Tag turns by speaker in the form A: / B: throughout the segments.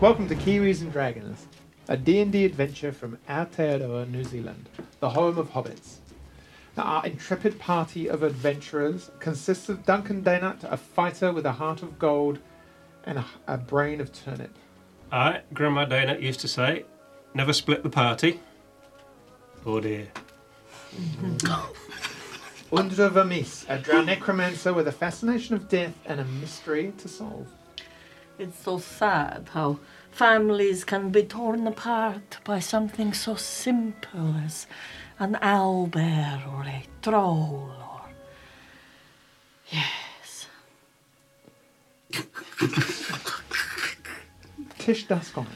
A: Welcome to Kiwis and Dragons, a D&D adventure from Aotearoa, New Zealand, the home of hobbits. Now, our intrepid party of adventurers consists of Duncan Daynut, a fighter with a heart of gold and a, a brain of turnip.
B: I, Grandma Dana used to say, never split the party. Oh dear.
A: Undra Vermis, a drow necromancer with a fascination of death and a mystery to solve.
C: It's so sad how families can be torn apart by something so simple as an owlbear or a troll or. Yes.
A: Tish Duskon,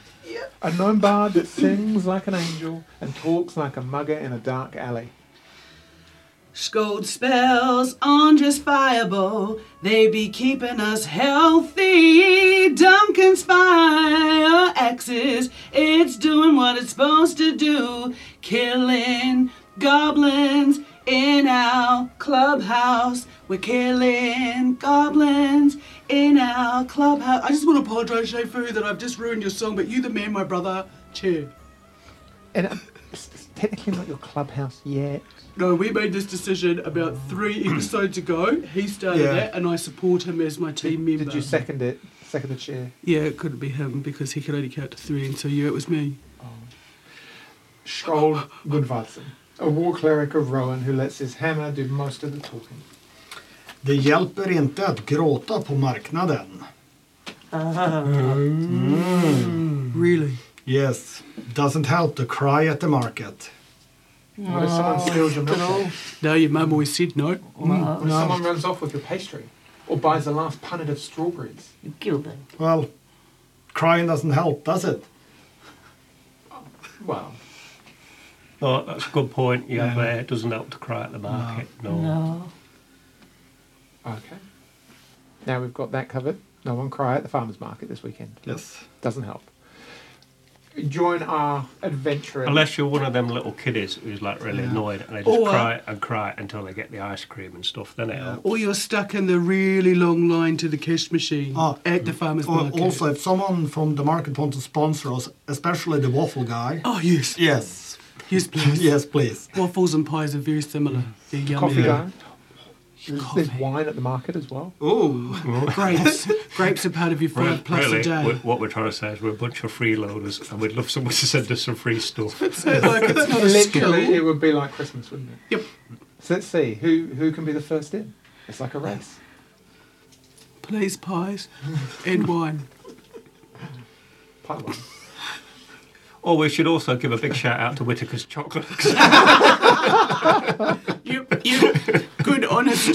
A: a gnome bard that sings like an angel and talks like a mugger in a dark alley.
D: Scold spells unjustifiable. They be keeping us healthy. Duncan Spire axes. It's doing what it's supposed to do. Killing goblins in our clubhouse. We're killing goblins in our clubhouse. I just want to apologize, Shafu, that I've just ruined your song, but you the man, my brother. Cheer.
A: And um, it's, it's technically not your clubhouse yet.
D: No, we made this decision about three episodes ago. He started
E: Yeah.
D: that, and I support him as my team member.
A: Did you second it? Second the chair.
D: Yeah, it couldn't be him because he could only count to three, and so yeah, it was me.
A: Skald Gunvalsen, a war cleric of Rowan who lets his hammer do most of the talking.
E: Det hjälper inte att gråta på marknaden.
A: Mm.
D: Really?
E: Yes, doesn't help to cry at the market.
A: What if someone steals your milkshake?
D: No, your mum always said no.
A: What if someone runs off with your pastry? Or buys the last punnet of strawberries?
C: You kill them.
E: Well, crying doesn't help, does it?
A: Well,
B: Oh, that's a good point. Yeah,
E: Yeah.
B: there. It doesn't help to cry at the market. No.
C: No.
A: okay. Now we've got that covered. No one cry at the farmer's market this weekend.
E: Yes.
A: Doesn't help. Join our adventure.
B: Unless you're one of them little kiddies who's like really annoyed and they just
D: Or-
B: cry and cry until they get the ice cream and stuff. Then it helps.
D: Or you're stuck in the really long line to the cash machine
A: Oh.
E: Ah.
D: at the farmer's
E: Or
D: market.
E: Also, if someone from the market wants to sponsor us, especially the waffle guy.
D: oh yes,
E: Yes.
D: yes, please.
E: Yes, please.
D: Waffles and pies are very similar. They're yummy.
A: Mm. coffee
E: Yeah.
A: yeah. There's, there's wine at the market as well.
D: Oh, grapes! grapes are part of your
B: Re-
D: five plus
B: really,
D: a Oh, day.
B: we- what we're trying to say is we're a bunch of freeloaders and we'd love someone to send us some free stuff.
D: So, like, it's not a skill.
A: Literally, it would be like Christmas, wouldn't it?
D: Yep.
A: So let's see who who can be the first in. It's like a race.
D: Please pies and wine.
A: Pie one.
B: or we should also give a big shout out to Whitaker's Chocolates.
D: Yep, yep. Good, honest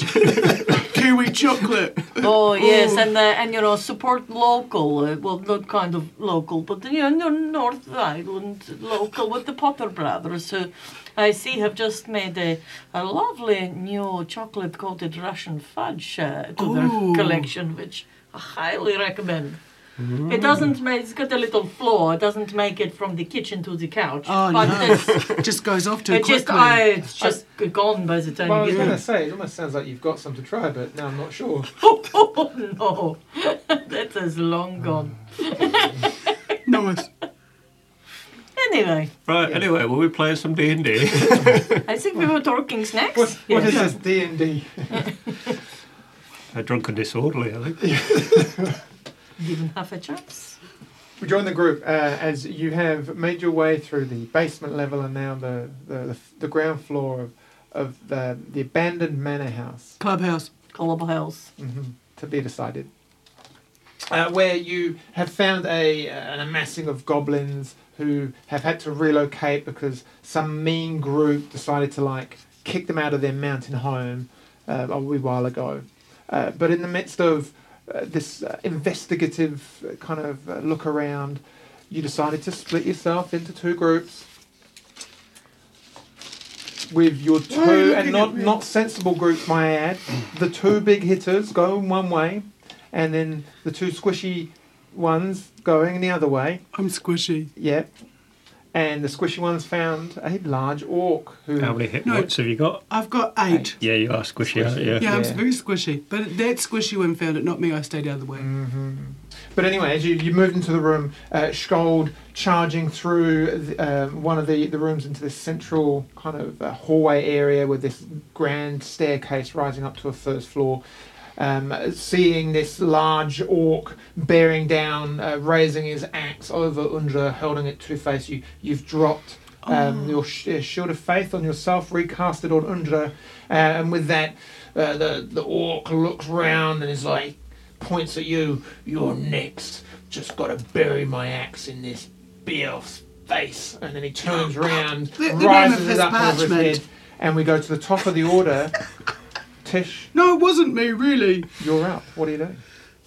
D: Kiwi chocolate.
C: Oh yes, and uh, and you know support local. Uh, well, not kind of local, but you know North Island local with the Potter brothers, who I see have just made a, a lovely new chocolate coated Russian fudge uh, to
D: Ooh.
C: their collection, which I highly recommend. It
D: Mm.
C: doesn't make it's got a little flaw. It doesn't make it from the kitchen to the couch,
D: Oh,
C: but
D: no.
C: it's,
D: Just goes off too
C: it
D: quickly.
C: just I, it's just gone by the time
A: Well, I was
C: you get
A: going
C: there.
A: to say, it almost sounds like you've got some to try, but now I'm not sure.
C: Oh no, that is long gone.
D: Nice. Mm.
C: Anyway.
B: right, anyway, we'll be playing some D&D.
C: I think we were talking snacks.
A: What, what is
C: Yes.
A: this D and D?
B: Uh, drunk and disorderly, I think.
C: Given half a chance.
A: We join the group uh, as you have made your way through the basement level and now the the, the, the ground floor of of the the abandoned manor house.
D: Clubhouse.
C: Clubhouse.
A: hmm to be decided. Uh, where you have found a an amassing of goblins who have had to relocate because some mean group decided to like kick them out of their mountain home uh, a wee while ago. Uh, but in the midst of uh, this uh, investigative uh, kind of uh, look around, you decided to split yourself into two groups. With your two and not not sensible groups, my ad, the two big hitters going one way, and then the two squishy ones going the other way.
D: I'm squishy.
A: Yep. And the squishy ones found a large orc who
B: How many hit
D: No.
B: points have you got?
D: I've got eight.
B: Yeah, you are squishy, aren't you?
D: Yeah, I'm
A: Yeah.
D: very squishy. But that squishy one found it, not me. I stayed out of the way.
A: Mhm. But anyway, as you, you moved into the room, uh, Skold charging through the, um, one of the, the rooms into this central kind of uh, hallway area with this grand staircase rising up to a first floor. Um, seeing this large orc bearing down, uh, raising his axe over Undra, holding it to face you, you've dropped um,
D: Oh.
A: your sh- uh, shield of faith on yourself, recast it on Undra, uh, and with that, uh, the the orc looks round and is like points at you. You're next. Just gotta bury my axe in this Beowulf's face, and then he turns round,
D: Oh, The- the name
A: rises
D: of
A: it
D: his
A: up over his
D: parchment.
A: head, and we go to the top of the order. Tish,
D: No, it wasn't me, really.
A: you're up. What are you doing?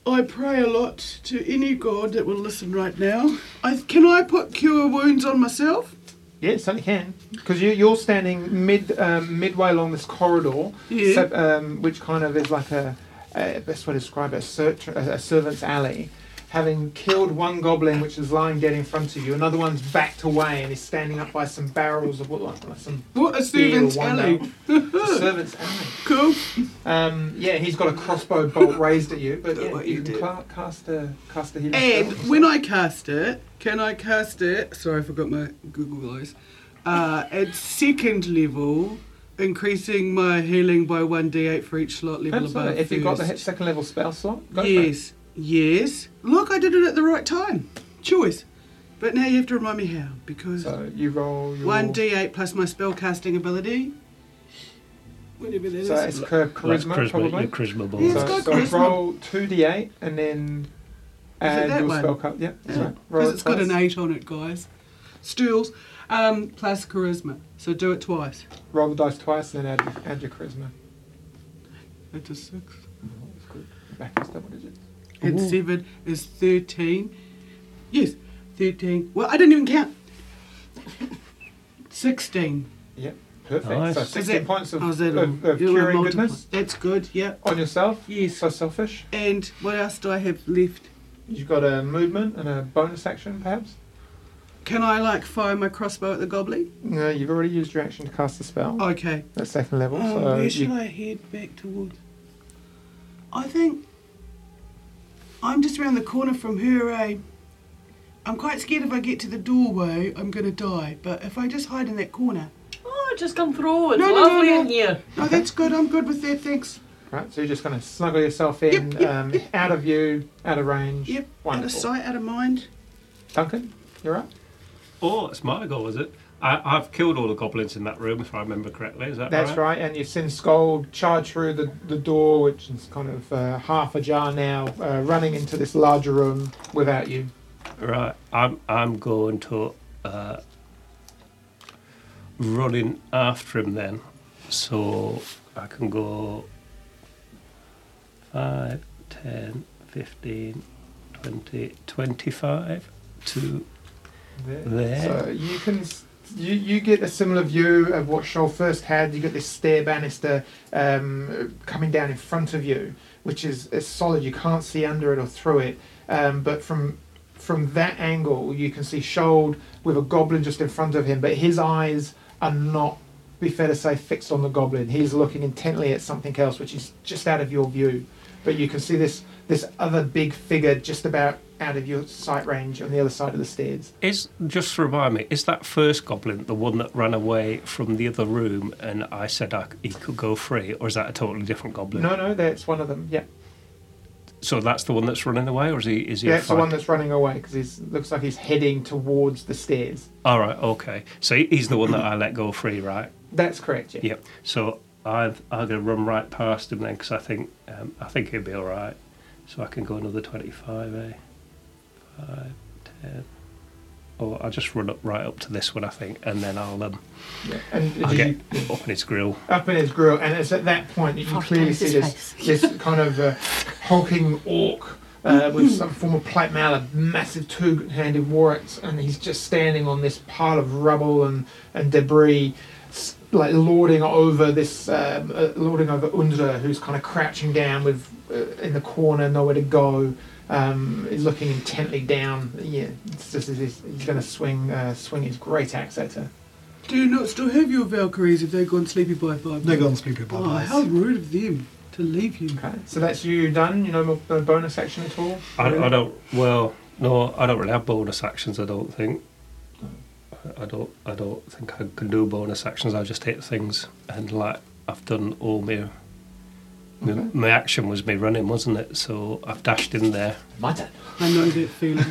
D: I pray a lot to any god that will listen right now. I, can I put cure wounds on myself?
A: Yeah, certainly can. Because you, you're standing mid um, midway along this corridor,
D: Yeah.
A: sep- um, which kind of is like a, a best way to describe it, a, search, a, a servant's alley. Having killed one goblin, which is lying dead in front of you, another one's backed away and is standing up by some barrels of what, like, like some
D: What a
A: beer or
D: servant's
A: wine
D: alley.
A: barrel. It's a servant's alley.
D: Cool.
A: Um, yeah, he's got a crossbow bolt raised at you, but
D: Look
A: yeah,
D: what
A: you
D: you
A: can
D: did.
A: cla- cast a cast a healing.
D: And
A: spell.
D: when I cast it, can I cast it? Sorry, I forgot my Google eyes. Uh, at second level, increasing my healing by 1d8 for each slot level above.
A: Absolutely. If you've got the
D: first.
A: hit second level spell slot, go for it.
D: Yes, yes. Look, I did it at the right time. Choice. But now you have to remind me how, because
A: So you roll your
D: 1d8 plus my spellcasting ability. Whatever that is.
A: So it's char-
B: That's
A: charisma,
B: charisma,
A: probably.
B: your charisma ball.
D: Yeah, it's
A: so,
D: got
A: so
D: charisma.
A: roll two d8 and then add
D: that
A: your
D: one?
A: spell card. Yeah, that's
D: Yeah,
A: right. Roll
D: Because
A: it
D: it's got
A: twice.
D: an 8 on it, guys. Stools. Um, plus charisma. So do it twice.
A: Roll the dice twice and then add, add your charisma.
D: That's a 6.
A: Back and step, what is it?
D: And 7 is 13. Yes, 13. Well, I didn't even count. 16.
A: Yep, perfect.
B: Nice.
A: So
B: Is
A: 16
D: it-
A: points of,
D: How's that
A: of,
D: all?
A: of
D: You were
A: curing
D: multiply-
A: goodness
D: That's good, yep.
A: on yourself.
D: Yes.
A: So selfish.
D: And what else do I have left?
A: You've got a movement and a bonus action, perhaps.
D: Can I like fire my crossbow at the goblin?
A: No, you've already used your action to cast the spell
D: Okay.
A: at second level.
D: Um,
A: so
D: where should
A: you,
D: I head back towards? I think I'm just around the corner from her. Eh? I'm quite scared if I get to the doorway, I'm gonna die. But if I just hide in that corner,
C: Oh, just come through. It's
D: No, no, no,
C: lovely
D: no.
C: in here.
D: no, that's good. I'm good with that. Thanks.
A: right, so you're just going to snuggle yourself in,
D: Yep, yep,
A: um, out of view, out of range.
D: Yep. Out of
A: Wonderful.
D: sight, out of mind.
A: Duncan, you're up.
B: Oh, it's my goal, is it? I, I've killed all the goblins in that room, if I remember correctly. Is that
A: That's
B: right?
A: right, and you've seen Skull charge through the, the door, which is kind of uh, half ajar now, uh, running into this larger room without you.
B: Right, I'm I'm going to uh, run in after him then, so I can go 5, 10, 15, 20, 25 to there.
A: So you can s- you, you get a similar view of what Shoal first had. You got this stair banister um, coming down in front of you, which is, is solid. You can't see under it or through it, um, but from from that angle you can see Shoal with a goblin just in front of him, but his eyes are not. Be fair to say, fixed on the goblin. He's looking intently at something else, which is just out of your view. But you can see this this other big figure just about out of your sight range on the other side of the stairs.
B: Is just remind me, is that first goblin the one that ran away from the other room and I said I c he could go free, or is that a totally different goblin?
A: No, no, that's one of them. Yeah,
B: So that's the one that's running away, or is he? Is he? a
A: that's the
B: fight-
A: one that's running away because he's looks like he's heading towards the stairs.
B: All right, okay. So he- he's the one that I let go free, right?
A: That's correct. Yeah.
B: Yep. So I've, I'm going to run right past him then because I think um, I think he'll be all right. So I can go another 25, eh? 5, 10. Or Oh, I'll just run up right up to this one, I think, and then I'll, um,
A: Yeah. And
B: I'll
A: you-
B: get up in his grill.
A: up in his grill, and it's at that point that you can
C: Fuck,
A: clearly
C: that's
A: see this
C: his
A: this kind of uh, hulking orc. Uh, with some form of plate mail, a massive two-handed war axe, and he's just standing on this pile of rubble and, and debris, s- like lording over this, um, uh, lording over Undra, who's kind of crouching down with uh, in the corner, nowhere to go. Um, he's looking intently down. Yeah, it's just, he's, he's going to swing uh, swing his great axe at her.
D: Do you not still have your Valkyries if they have gone sleepy by five?
E: They're going sleepy
D: Oh,
E: bubbles.
D: how rude of them. to leave you.
A: Okay, so that's you done. You know, no- no bonus action at all.
B: I,
A: Really?
B: I don't. Well, no, I don't really have bonus actions. I don't think. I- I don't. I don't think I can do bonus actions. I just hit things, and like I've done all my. My,
A: Okay.
B: my action was me running, wasn't it? So I've dashed in there.
A: My turn.
D: I know that feeling.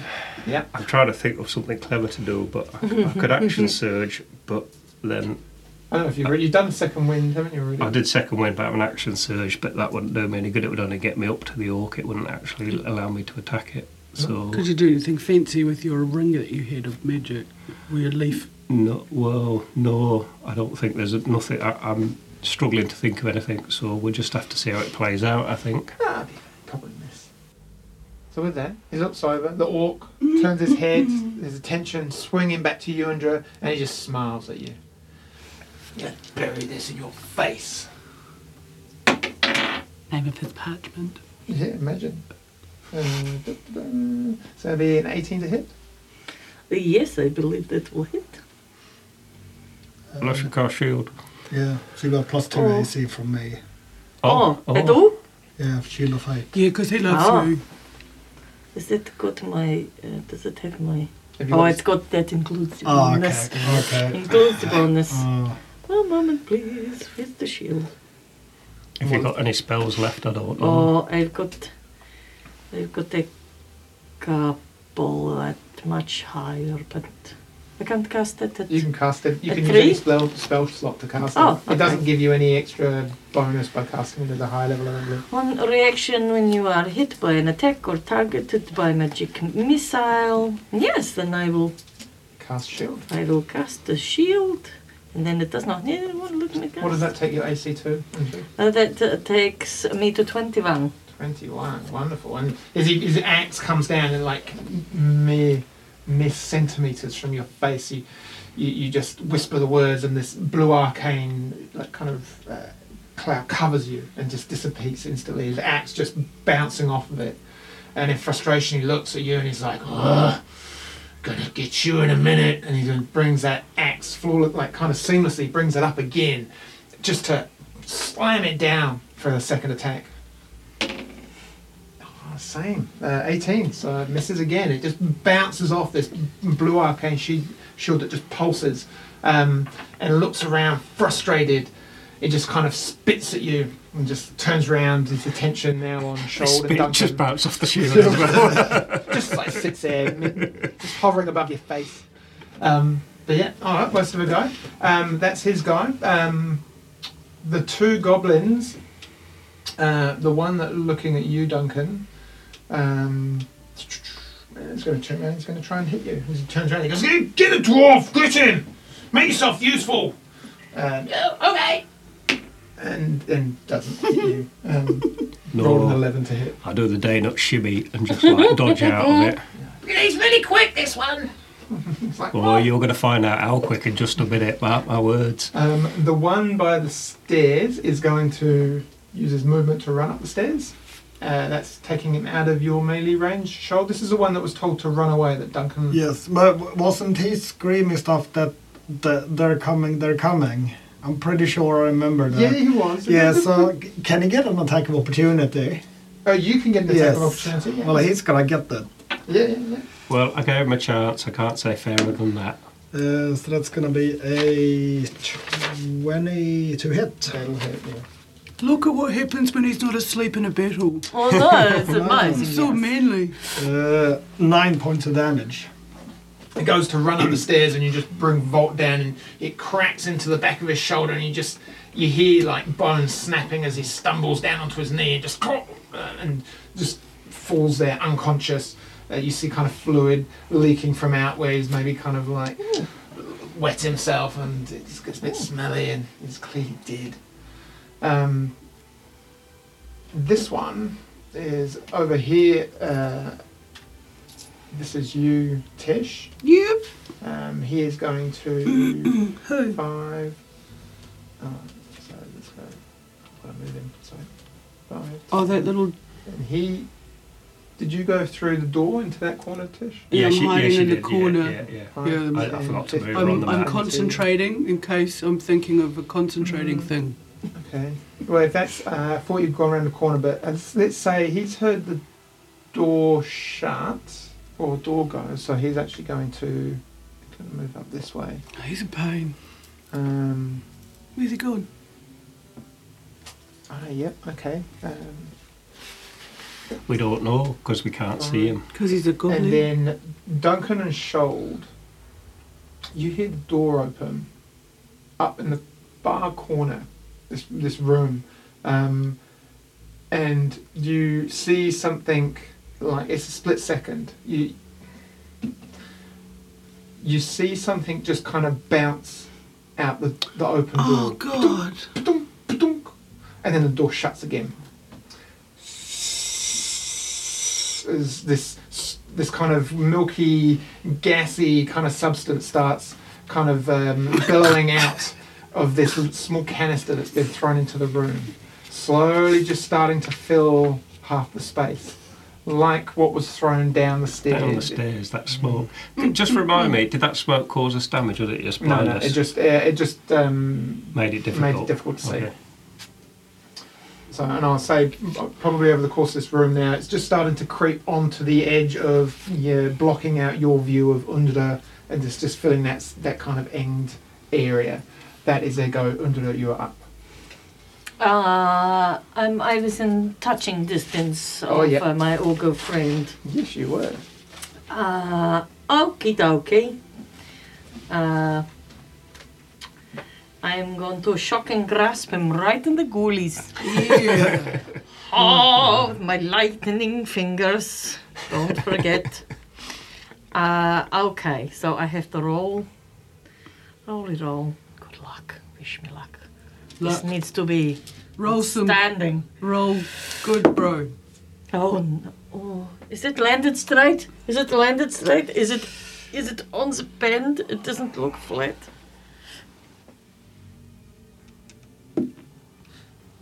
A: Yeah.
B: I'm trying to think of something clever to do, but I, c- I could action surge. But then
A: I don't know if you've already you've done second wind, haven't you? Really?
B: I did second wind, but I have an action surge. But that wouldn't do me any good. It would only get me up to the orc. It wouldn't actually allow me to attack it. So
D: Could you do anything fancy with your ring that you had of magic? Or your leaf?
B: No, well, no, I don't think there's nothing. I, I'm struggling to think of anything, so we'll just have to see how it plays out. I think.
A: Ah, it'd be probably miss. So with that, he looks over. The orc turns his head, his attention swinging back to you, Andrew, and he just smiles at you. Gonna bury this in your face.
D: Name of his parchment.
A: Yeah, imagine. Uh, da, da, da. so that'd be an 18 to hit.
C: Yes, I believe that will hit.
B: Unless you cast shield.
E: Yeah, so you got plus two
C: Oh.
E: AC from me.
A: Oh,
B: Oh,
D: Oh,
C: I do?
E: Yeah, shield of height.
D: Yeah, because he loves
C: Ah.
D: you.
C: Is it got my? Uh, does it have my?
A: Have you Ah,
C: Oh,
A: got
C: it's got that includes the
E: Oh, okay,
C: bonus.
E: okay.
C: Includes the bonus.
A: Ah.
E: Oh,
C: One moment, please. With the shield.
B: If you've got any spells left, I don't know.
C: Oh, I've got, I've got a couple that much higher, but I can't cast it at.
A: You can cast it. You
C: A
A: can use any
C: three?
A: spell, spell slot to cast
C: Oh,
A: it. It doesn't
C: okay.
A: give you any extra bonus by casting it at a high level. I don't believe.
C: One reaction when you are hit by an attack or targeted by magic missile. Yes, then I will
A: Cast shield.
C: I will cast the shield, and then it does not need anyone looking at
A: What does that take your AC to? Andrew?
C: Uh, that uh, takes me to 21.
A: 21. Wonderful. And as, he, his axe comes down and like mere, mere centimeters from your face, you, you, you just whisper the words, and this blue arcane like kind of uh, cloud covers you and just dissipates instantly. His axe just bouncing off of it, and in frustration he looks at you and he's like, Ugh, "Gonna get you in a minute." And he just brings that axe flawless, like kind of seamlessly brings it up again, just to slam it down for a second attack. Oh, Same, uh, 18. So it misses again. It just bounces off this blue arcane shi- shield that just pulses um, and looks around frustrated. It just kind of spits at you and just turns around. His attention now on shoulder.
B: Spit
A: Duncan.
B: just bounced off the shield. as well.
A: Just, like sits there, mid- just hovering above your face. Um, but yeah, all right, most of a go. Um, that's his guy. Um, the two goblins, uh, the one that looking at you, Duncan, um, it's going to turn around. It's going to try and hit you. As he turns around, he goes, "Get get a dwarf! Get him! Make yourself useful!" Um, "Oh, okay. And and doesn't hit you. Um, Roll an
B: no,
A: eleven to hit.
B: I do the day nut shimmy and just like dodge out of it.
A: He's really quick. This one. it's
D: Oh.
A: like,
B: Well, you're going to find out how quick in just a minute. Mark my words.
A: Um, the one by the stairs is going to use his movement to run up the stairs. Uh, that's taking him out of your melee range. Shoal, this is the one that was told to run away. That Duncan.
E: Yes, but w- wasn't he screaming stuff that, that they're coming, they're coming? I'm pretty sure I remember that.
A: Yeah, he was.
E: Yeah, so c- can he get an attack of opportunity?
A: Oh, you can get an attack
E: yes.
A: of opportunity. Yeah.
E: Well, he's gonna get that.
A: yeah, yeah, yeah.
B: Well, I gave him a chance. I can't say fairer than that.
E: Uh, so that's gonna be a 20 to hit.
A: That'll hit, yeah.
D: Look at what happens when he's not asleep in a battle.
C: Oh no, it's amazing.
D: So
C: yes.
D: manly.
E: Uh, nine points of damage.
A: It goes to run up the stairs, and you just bring Volt down, and it cracks into the back of his shoulder, and you just you hear like bones snapping as he stumbles down onto his knee, and just clop, uh, and just falls there unconscious. Uh, you see kind of fluid leaking from out where he's maybe kind of like wet himself, and it just gets a bit smelly, and he's clearly dead. Um, this one is over here. Uh, this is you, Tish.
D: Yep.
A: Um, he is going to five. Oh, sorry, let's go. I've got to move him. Sorry, five.
D: Oh, that little.
A: And he. Did you go through the door into that corner, Tish?
D: Yeah, I'm
B: she-
D: hiding
B: she
D: in the
B: did. Yeah,
D: corner.
B: Yeah, yeah.
D: Yeah,
A: Five,
B: I- I forgot to
A: ten,
B: move You're on
D: I'm,
B: the
D: I'm
B: map.
D: concentrating in case I'm thinking of a concentrating
A: Mm.
D: thing.
A: Okay. Well, if that's, uh, I thought you'd gone around the corner, but as, let's say he's heard the door shut or door go, so he's actually going to gonna move up this way.
D: He's in pain.
A: Um,
D: Where's he going?
A: ah, yep, okay. Um,
B: We don't know because we can't see him.
D: Because he's a goblin.
A: and then Duncan and Shold, you hear the door open up in the far corner, this this room, um, and you see something like it's a split second. You you see something just kind of bounce out the, the open
D: oh,
A: door,
D: God.
A: Ba-dunk, ba-dunk, and then the door shuts again. As this this kind of milky, gassy kind of substance starts kind of um, billowing out of this l- small canister that's been thrown into the room, slowly just starting to fill half the space, like what was thrown down the stairs.
B: Down the stairs,
A: Mm.
B: that smoke. Just remind me, did that smoke cause us damage or did it just
A: No,
B: blind
A: no,
B: us?
A: it just uh, it just um,
B: made it difficult.
A: made it difficult to see.
B: Okay.
A: So, and I'll say probably over the course of this room now, it's just starting to creep onto the edge of yeah, blocking out your view of Undera and it's just filling that s- that kind of end area. That is Ego Undera, you are up.
C: Uh, I'm, I was in touching distance of
A: Oh, yeah.
C: uh, my ogre friend.
A: Yes, you were.
C: Uh, okie dokie. Uh, I am going to shock and grasp him right in the ghoulies.
D: Yeah.
C: Oh, with my lightning fingers. Don't forget. uh, okay, so I have to roll. Rolly roll. Good luck. Wish me luck. This
D: Luck.
C: needs to be
D: Roll some.
C: standing.
D: Roll good, bro.
C: Oh, no. oh, is it landed straight? Is it landed straight? Is it, is it on the bend? It doesn't look flat.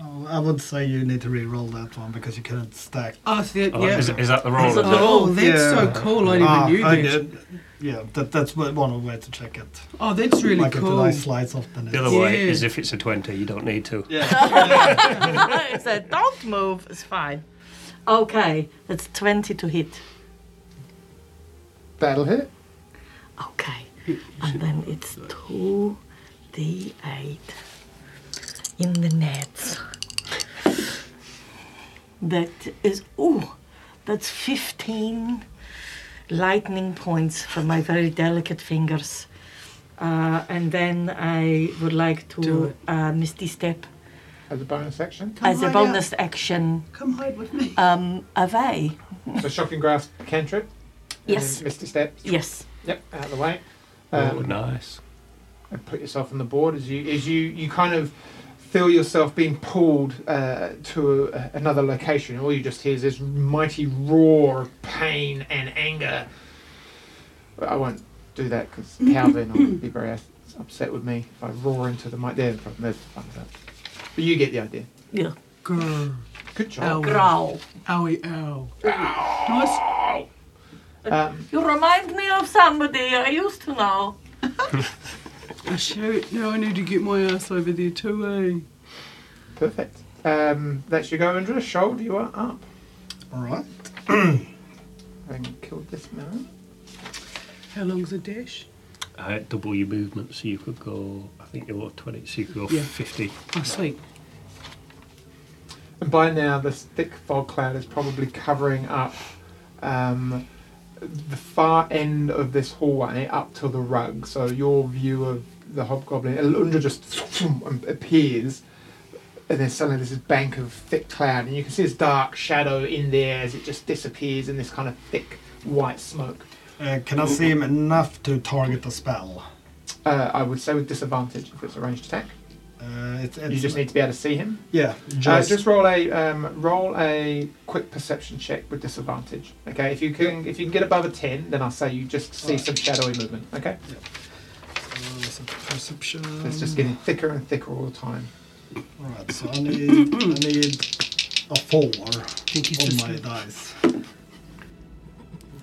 E: Oh, I would say you need to re-roll that one because you couldn't stack.
D: I think,
B: Oh,
D: yeah.
B: is, is that the roll?
C: Is
B: is
C: it the
B: it?
C: roll?
D: Oh, that's so
E: Yeah.
D: cool. I didn't
E: Ah,
D: even knew
E: I
D: that.
E: did. Yeah, that, that's one one way to check it.
D: Oh, that's really
E: like
D: cool.
E: if the dice slides off the net.
B: The other way
D: Yeah.
B: is if it's a 20, you don't need to.
C: it's a don't move. It's fine. Okay, it's 20 to hit.
A: That'll hit.
C: Okay. And then it's 2d8 in the nets. That is, ooh, that's 15 lightning points from my very delicate fingers. Uh, and then I would like
D: Do
C: to
D: it.
C: uh, Misty Step
A: As a bonus action.
D: Come
C: as a
D: hide out.
C: bonus action
D: Come hide with me.
C: um, away.
A: So shocking grasp cantrip. and then
C: Yes.
A: Misty steps.
C: Yes.
A: Yep. Out of the way.
B: oh,
A: Um,
B: nice.
A: and put yourself on the board as you as you you kind of feel yourself being pulled uh, to a, another location. All you just hear is this mighty roar of pain and anger. But I won't do that because Calvin will be very ups- upset with me if I roar into the mic. There, there's fun with that. But you get the idea.
C: Yeah.
D: Grr.
A: Good job.
D: Ow.
C: Growl.
D: Owie, ow. Nice.
A: Um,
C: You remind me of somebody I used to know.
D: I shout. Now I need to get my ass over there too, eh?
A: perfect. Um, that's your go, Andrew. Shoulder, you are up.
E: All right.
A: Having killed this man.
D: How long's a dash?
B: Uh, double your movement, so you could go, I think you were 20, so you could go
D: Yeah.
B: 50.
D: Oh, sweet.
A: And by now, this thick fog cloud is probably covering up um, the far end of this hallway up to the rug. So your view of the hobgoblin, Alundra just um, appears, and then suddenly there's this bank of thick cloud, and you can see this dark shadow in there as it just disappears in this kind of thick white smoke.
E: Uh, can I see him enough to target a spell?
A: Uh, I would say with disadvantage if it's a ranged attack.
E: Uh, it's, it's,
A: You just need to be able to see him.
E: Yeah,
A: Uh,
E: just,
A: just roll a um, roll a quick perception check with disadvantage. Okay, if you can if you can get above a ten, then I'll say you just see some shadowy movement. Okay,
E: uh, so perception.
A: it's just getting thicker and thicker all the time.
E: All right, so I need I need a four
D: Think
A: Oh
D: he's
E: on
D: just
E: my
D: good.
E: dice.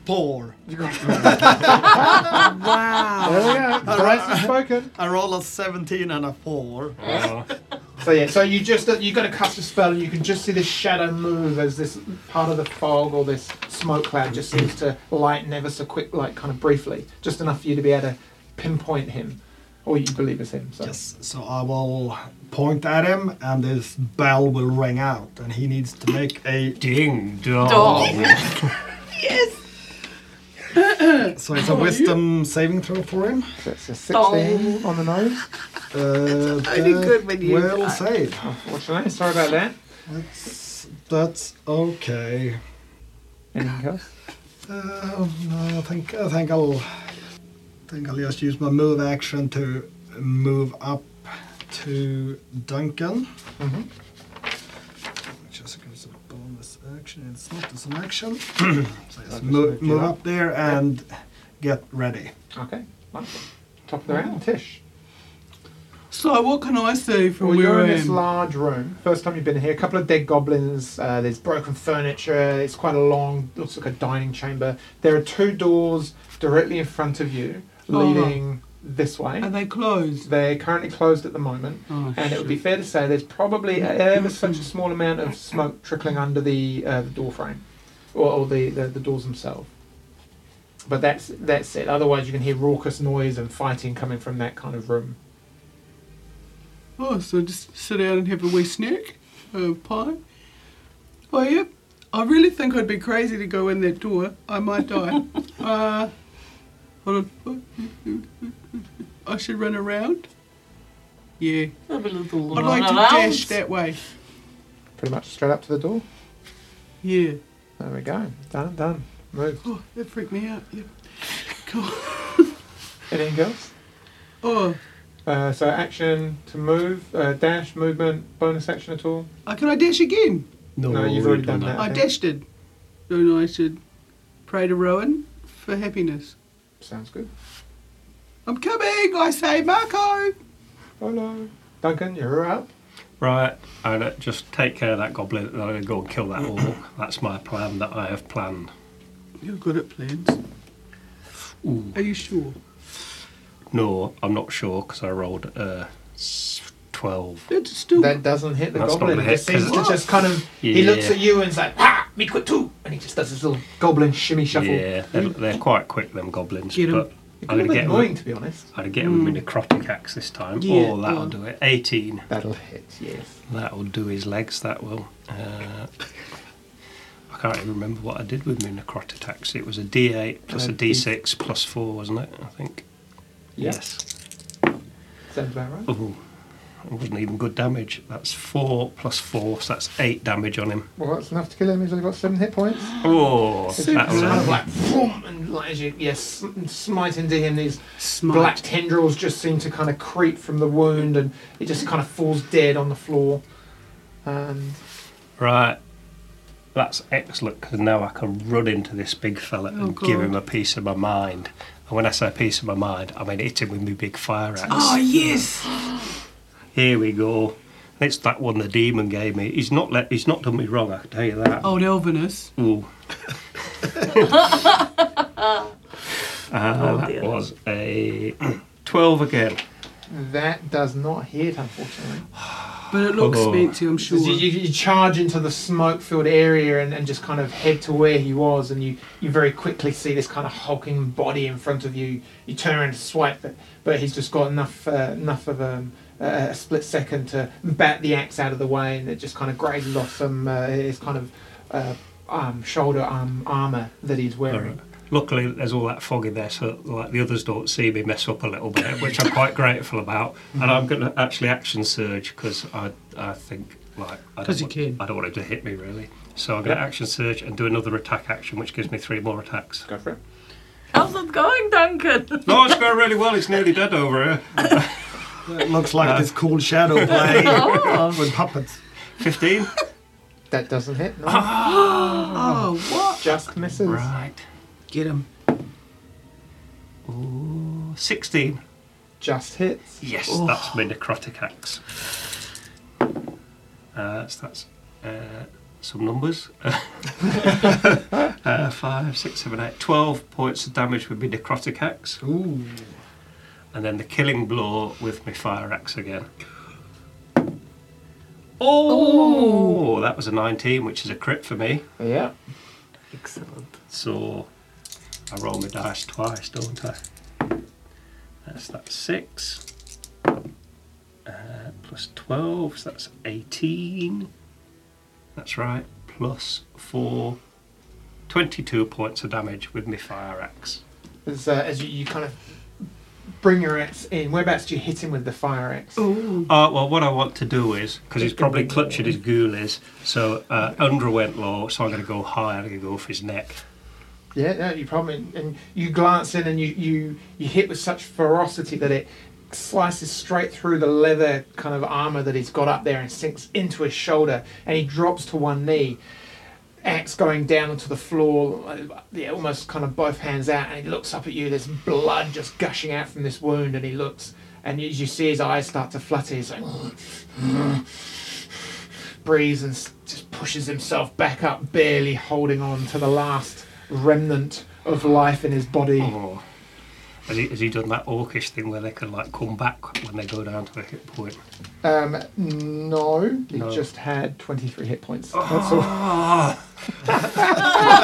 E: Four.
D: Wow.
A: Oh, There we go. The voice has spoken.
E: I roll a seventeen and a four.
B: Oh,
A: So yeah, so you just you got to cast a spell, and you can just see this shadow move as this part of the fog or this smoke cloud just seems to lighten ever so quick, like kind of briefly, just enough for you to be able to pinpoint him, or you believe it's him. So.
E: Yes, so I will point at him and this bell will ring out and he needs to make a.
B: Ding dong.
C: Dong.
D: Oh,
E: So it's a wisdom saving throw for him.
A: So it's a 16 on the nose.
E: Uh,
D: only good when you-
E: Will save.
A: Unfortunately, sorry about that.
E: That's, that's okay.
A: Anything else?
E: Uh, no, I think I think I'll think I'll just use my move action to move up to Duncan. Mm-hmm.
A: Mhm.
E: Just gives a bonus action. It's not it's an action. so
A: just
E: just move,
A: moved you
E: move
A: up.
E: up there and get ready.
A: Okay, wonderful. Top of the round, Tish.
D: So what can I see from
A: Well, you're
D: where
A: in
D: I
A: this
D: am?
A: large room. First time you've been here. A couple of dead goblins. Uh, there's broken furniture. It's quite a long, looks like a dining chamber. There are two doors directly in front of you,
D: Oh.
A: leading this way.
D: Are they closed?
A: They're currently closed at the moment,
D: Oh,
A: and it would be
D: shit.
A: fair to say there's probably ever such a small amount of smoke trickling under the, uh, the door frame, or, or the, the, the doors themselves. But that's that's it. Otherwise, you can hear raucous noise and fighting coming from that kind of room.
D: Oh, so just sit down and have a wee snack, a pie. Oh, yeah. I really think I'd be crazy to go in that door. I might die. uh, hold on. I should run around. Yeah.
C: Have a little
D: I'd
C: run
D: like to
C: around.
D: dash that way.
A: Pretty much straight up to the door.
D: Yeah.
A: There we go. Done, done. Move.
D: Oh, that freaked me out. Yeah. Cool.
A: Anything else?
D: Oh,
A: Uh, so action to move, uh, dash, movement, bonus action at all?
D: uh, can I dash again?
B: No,
A: No, you've already
B: we've
A: done that.
D: I
A: Okay.
D: dashed it. Then I should pray to Rowan for happiness.
A: Sounds good.
D: I'm coming, I say, Marco!
A: Hello. Duncan, you're up.
B: Right, and uh, just take care of that goblin, and I'm going to go and kill that orc. That's my plan that I have planned.
D: You're good at plans.
B: Ooh.
D: Are you sure?
B: No, I'm not sure because I rolled uh, s- 12.
D: That's still.
A: That doesn't hit the
B: That's not
A: goblin.
B: gonna
A: It just
B: hit, 'cause
A: seems to
B: it's-
A: just kind of. He looks
B: Yeah.
A: at you and is like, ah, me quick too. And he just does his little goblin shimmy shuffle.
B: Yeah, they're, they're quite quick, them goblins.
D: Get 'em.
B: but
A: It's kind
B: I'm going
A: of
B: to get
A: annoying,
B: him.
A: to be honest.
B: I'd get him with my necrotic axe this time.
D: Hmm. Yeah,
B: oh,
D: go
B: that'll
D: on.
B: do it. 18.
A: That'll hit, yes.
B: That'll do his legs, that will. Uh, I can't even remember what I did with my necrotic axe. It was a d8 plus a
D: Uh,
A: And a D-
B: d6 plus 4, wasn't it? I think. Yes.
A: Sounds about right.
B: Oh, it wasn't even good damage. That's four plus four, so that's eight damage on him.
A: Well, that's enough to kill him. He's only got seven hit points.
B: Oh,
A: It's
B: that'll
A: kind
B: end.
A: of like, vroom, and like, as you, yes, smite into him, these
D: Smite.
A: black tendrils just seem to kind of creep from the wound, and he just kind of falls dead on the floor. And
B: right. That's excellent because now I can run into this big fella
D: Oh,
B: and give him
D: God.
B: a piece of my mind. And when I say a piece of my mind, I mean hit him with my big fire axe.
D: Oh, yes!
B: Here we go. It's that one the demon gave me. He's not let. He's not done me wrong. I can tell you that.
D: Old Elvinus.
B: Ooh.
D: Oh,
B: Uh, that
C: dear.
B: was a twelve again.
A: that does not hit, unfortunately.
D: But it looks
B: Oh.
D: fancy, I'm sure.
A: You, you, you charge into the smoke filled area and, and just kind of head to where he was, and you, you very quickly see this kind of hulking body in front of you. You turn around to swipe it, but he's just got enough uh, enough of um, a, a split second to bat the axe out of the way, and it just kind of grazes off some uh, his kind of uh, um, shoulder um, armor that he's wearing.
B: Alright. Luckily, there's all that fog in there, so like the others don't see me mess up a little bit, which I'm quite grateful about. And I'm going to actually action surge because I, I think like I
D: 'Cause
B: don't,
D: you
B: want,
D: can.
B: I don't want him to hit me really. So I'm going to
A: Yep.
B: action surge and do another attack action, which gives me three more attacks.
A: Go for it.
C: How's it going, Duncan?
B: No, it's going really well. It's nearly dead over here.
E: It looks like this cool shadow play with puppets.
B: Fifteen.
A: That doesn't hit. No,
D: oh, what?
A: just misses.
B: right.
D: Get him.
B: Ooh, Sixteen.
A: Just hits.
B: Yes, that's my necrotic axe. Uh, so that's uh, some numbers. uh, five, six, seven, eight. Twelve points of damage with my necrotic axe,
E: Ooh.
B: and then the killing blow with my fire axe again. Oh, that was a 19, which is a crit for me.
A: Yeah.
C: Excellent.
B: So I roll my dice twice, don't I? That's that's six. Uh, plus 12, so that's 18. That's right, plus 4. 22 points of damage with my fire axe.
A: As, uh, as you, you kind of bring your axe in, whereabouts do you hit him with the fire axe?
D: Oh,
B: Uh, well, what I want to do is, because he's probably clutching his ghoulies, so uh, Undra went low, so I'm going to go high, I'm going to go for his neck.
A: Yeah, no, you probably and you glance in and you you you hit with such ferocity that it slices straight through the leather kind of armor that he's got up there and sinks into his shoulder and he drops to one knee axe going down onto the floor uh, yeah, almost kind of both hands out and he looks up at you there's blood just gushing out from this wound and he looks and as you see his eyes start to flutter he's like breathes and s- just pushes himself back up, barely holding on to the last remnant of life in his body.
B: Oh. Has he, has he done that orcish thing where they can like come back when they go down to a hit point?
A: Um, no, he
B: No. Oh.
A: just had 23 hit points. That's all.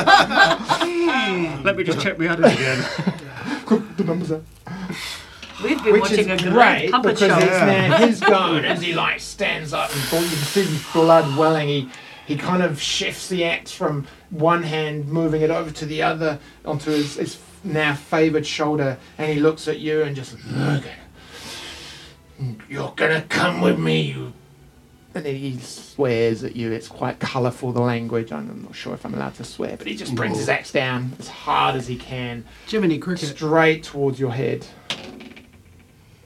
B: Let me just check my added again.
A: The numbers are.
C: We've been
A: Which is
C: watching a great
A: great
C: puppet
A: because
C: show.
A: it's now his go as he like stands up and bl- you can see his blood welling. He he kind of shifts the axe from one hand, moving it over to the other onto his, his now favoured shoulder, and he looks at you and just look. You're gonna come with me, you. And then he swears at you. It's quite colourful the language. I'm I'm not sure if I'm allowed to swear, but he just brings his axe down as hard as he can
D: Jiminy Cricket.
A: straight towards your head.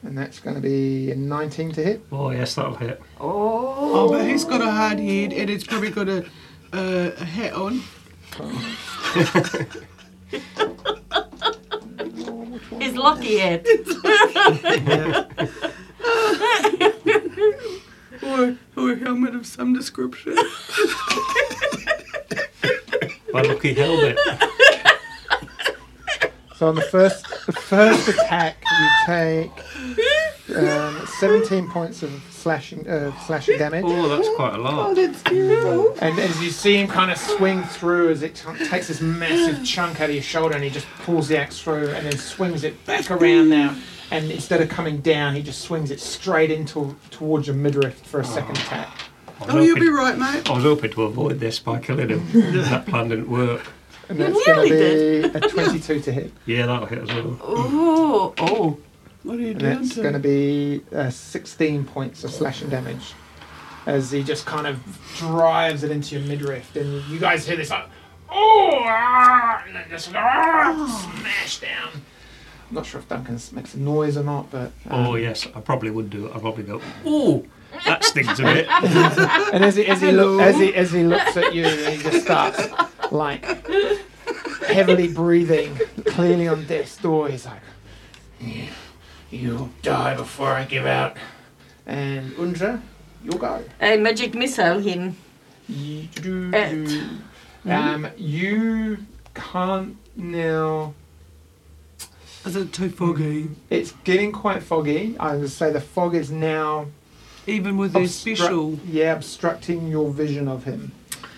A: And that's going to be a 19 to hit.
B: Oh yes, that'll hit.
D: Oh, but he's got a hard head and it's probably got a, uh, a hat on.
C: He's lucky yet.
D: Or, or a helmet of some description.
B: My lucky helmet.
A: So on the first the first attack, you take um, 17 points of slashing uh, slashing damage.
B: Oh, that's quite a lot.
D: that's terrible.
A: And as you see him kind of swing through, as it t- takes this massive chunk out of your shoulder, and he just pulls the axe through and then swings it back around now. And instead of coming down, he just swings it straight into towards your midriff for a second attack.
B: I was,
D: Oh, you'll be
B: hoping,
D: right, mate.
B: I was hoping to avoid this by killing him. that plan didn't work.
A: And
C: You
A: that's going
C: nearly
A: to be
C: did.
A: a 22 to hit.
B: Yeah, that'll hit as well.
C: Oh, oh.
D: What are you
A: And
D: doing
A: that's going to
D: to?
A: be uh, 16 points of slashing damage as he just kind of drives it into your midriff. And you guys hear this like, oh, ah," and then just ah, smash down. I'm not sure if Duncan s- makes a noise or not, but. um,
B: Oh yes, I probably would do it. I probably go. Oh, that stings a bit.
A: And as he, as, he look, as, he, as he looks at you, he just starts like heavily breathing, clearly on death's door. He's like, "You- You'll die before I give out. And Undra, you'll go.
C: A magic missile him.
A: You do,
C: It.
A: do. Um, you can't now.
D: Is it too foggy?
A: It's getting quite foggy. I would say the fog is now
D: Even with their
A: obstru-
D: special.
A: Yeah, obstructing your vision of him.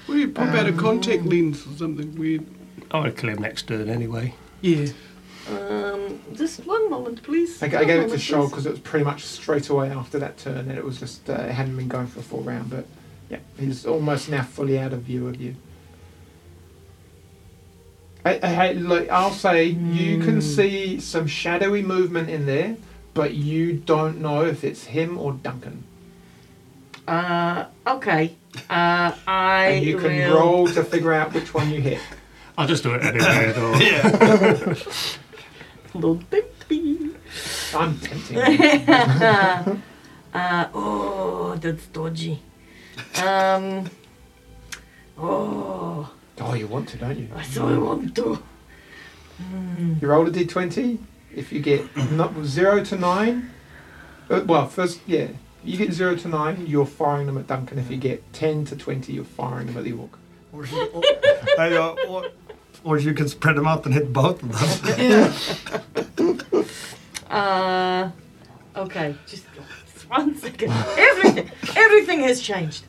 D: What do you pop out a contact lens or something weird?
B: I want to kill him next turn anyway.
D: Yeah.
C: Um, just one moment, please.
A: I, g- I
C: One
A: gave it to
C: moment,
A: Shoal
C: please.
A: because it was pretty much straight away after that turn, and it was just uh, it hadn't been going for a full round. But yeah, he's almost now fully out of view of you. I, I, hey, look, I'll say you can see some shadowy movement in there, but you don't know if it's him or Duncan.
C: Uh, okay. Uh, I
A: and you can
C: will...
A: roll to figure out which one you hit.
B: I'll just do it anyway. Though.
C: Don't tempt me.
A: I'm tempting. you.
C: Uh, oh, that's dodgy. Um, oh,
A: oh, you want to, don't you?
C: I so I want to.
A: You roll a d20. If you get no- zero to nine, uh, well, first, yeah, you get zero to nine, you're firing them at Duncan. If you get ten to twenty, you're firing them at the orc.
E: Or, you- or, I, uh, or, or you can spread them out and hit both of them.
C: Uh, okay, just just one second. Everything, everything has changed.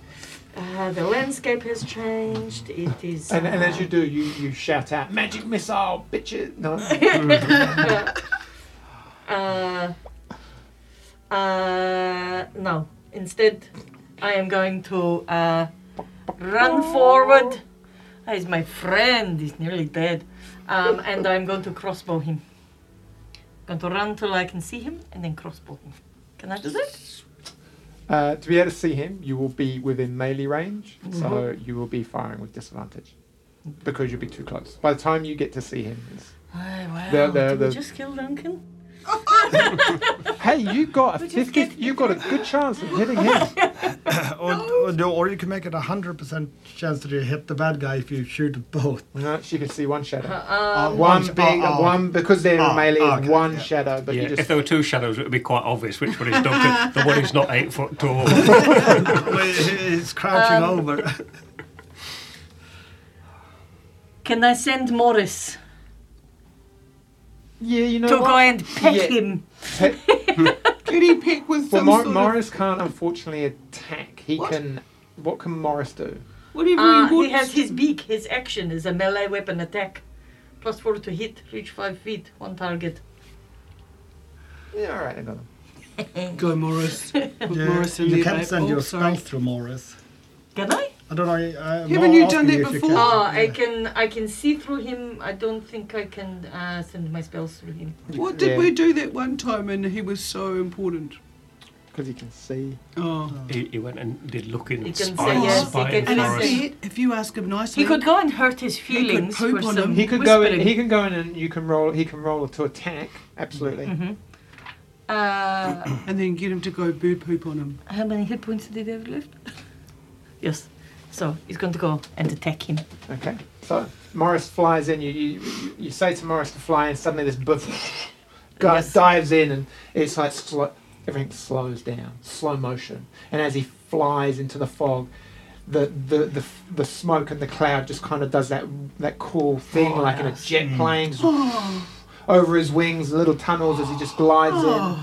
C: Uh, the landscape has changed. It is.
A: And, and as
C: uh,
A: you do, you, you shout out, "Magic missile, bitches!" No,
C: uh, uh, no. Instead, I am going to uh, run forward. Ah, He's my friend. He's nearly dead. Um, and I'm going to crossbow him. going to run till I can see him and then crossbow him. Can I do that?
A: uh, to be able to see him, you will be within melee range, so you will be firing with disadvantage because you'll be too close. By the time you get to see him, it's,
C: Oh, wow.
A: The- the-
C: Did we
A: the-
C: just kill Duncan?
A: hey, you got a
C: We just
A: fifty.
C: get-
A: You got a good chance of hitting him.
E: or, or, no, or you can make it a 100% chance that you hit the bad guy if you shoot at both.
A: no, she can see one shadow.
E: Uh,
A: one
E: once-
A: big,
E: oh, oh.
A: one because they're
E: Oh,
A: in melee. is
E: okay,
A: one
E: yeah.
A: shadow, but
B: Yeah,
A: you
B: if
A: just
B: there were two shadows, it would be quite obvious which one is Duncan, the one who's not eight foot tall.
E: Wait, He's crouching over.
C: Can I send Morris
A: yeah, you know
C: to
A: what?
C: go and pet
A: Yeah.
C: him?
D: Could he pick with
A: Well,
D: some
A: Mor-
D: sort of...
A: Morris can't unfortunately attack. He
D: What?
A: can. What can Morris do?
D: What if
C: Uh,
D: we
C: he
D: would...
C: has his beak. His action is a melee weapon attack. Plus four to hit, reach five feet, one target.
A: Yeah, all right, another.
D: Go, Morris. Put
E: You,
D: Morris in
E: you
D: there,
E: can't
D: babe.
E: send
D: Oh,
E: your
D: sorry.
E: spell through Morris.
C: Can I?
E: I don't know. Uh,
D: Haven't
E: more
D: you
E: often
D: done it
E: if you
D: before? Uh,
E: can.
C: Oh, I
E: Yeah.
C: can. I can see through him. I don't think I can uh, send my spells through him.
D: What did
A: Yeah.
D: we do that one time and he was so important?
A: Because you can see.
D: Oh.
B: he, he went and did looking
C: He
B: and
C: can
B: spying,
D: say yes, he
B: spying
C: can
D: And
B: for
C: say
B: us.
C: yes.
D: instead, if you ask him nicely...
C: He could go and hurt his feelings
D: poop
C: for
D: on
C: some
D: him.
A: He could go in.
C: whispering.
A: He can go in, and you can roll. He can roll to attack. Absolutely.
C: Mm-hmm. Uh,
D: And then get him to go bird poop on him.
C: how many hit points did he have left? yes. So he's going to go and attack him.
A: Okay. So Morris flies in. You you, you- you say to Morris to fly in. Suddenly this buff guy
C: Yes.
A: dives in, and it's like slo- everything slows down, slow motion. And as he flies into the fog, the the, the, f- the smoke and the cloud just kind of does that that cool thing,
E: Oh,
A: like in a
C: yes.
A: jet plane. Over his wings, little tunnels as he just glides
E: Oh.
A: in.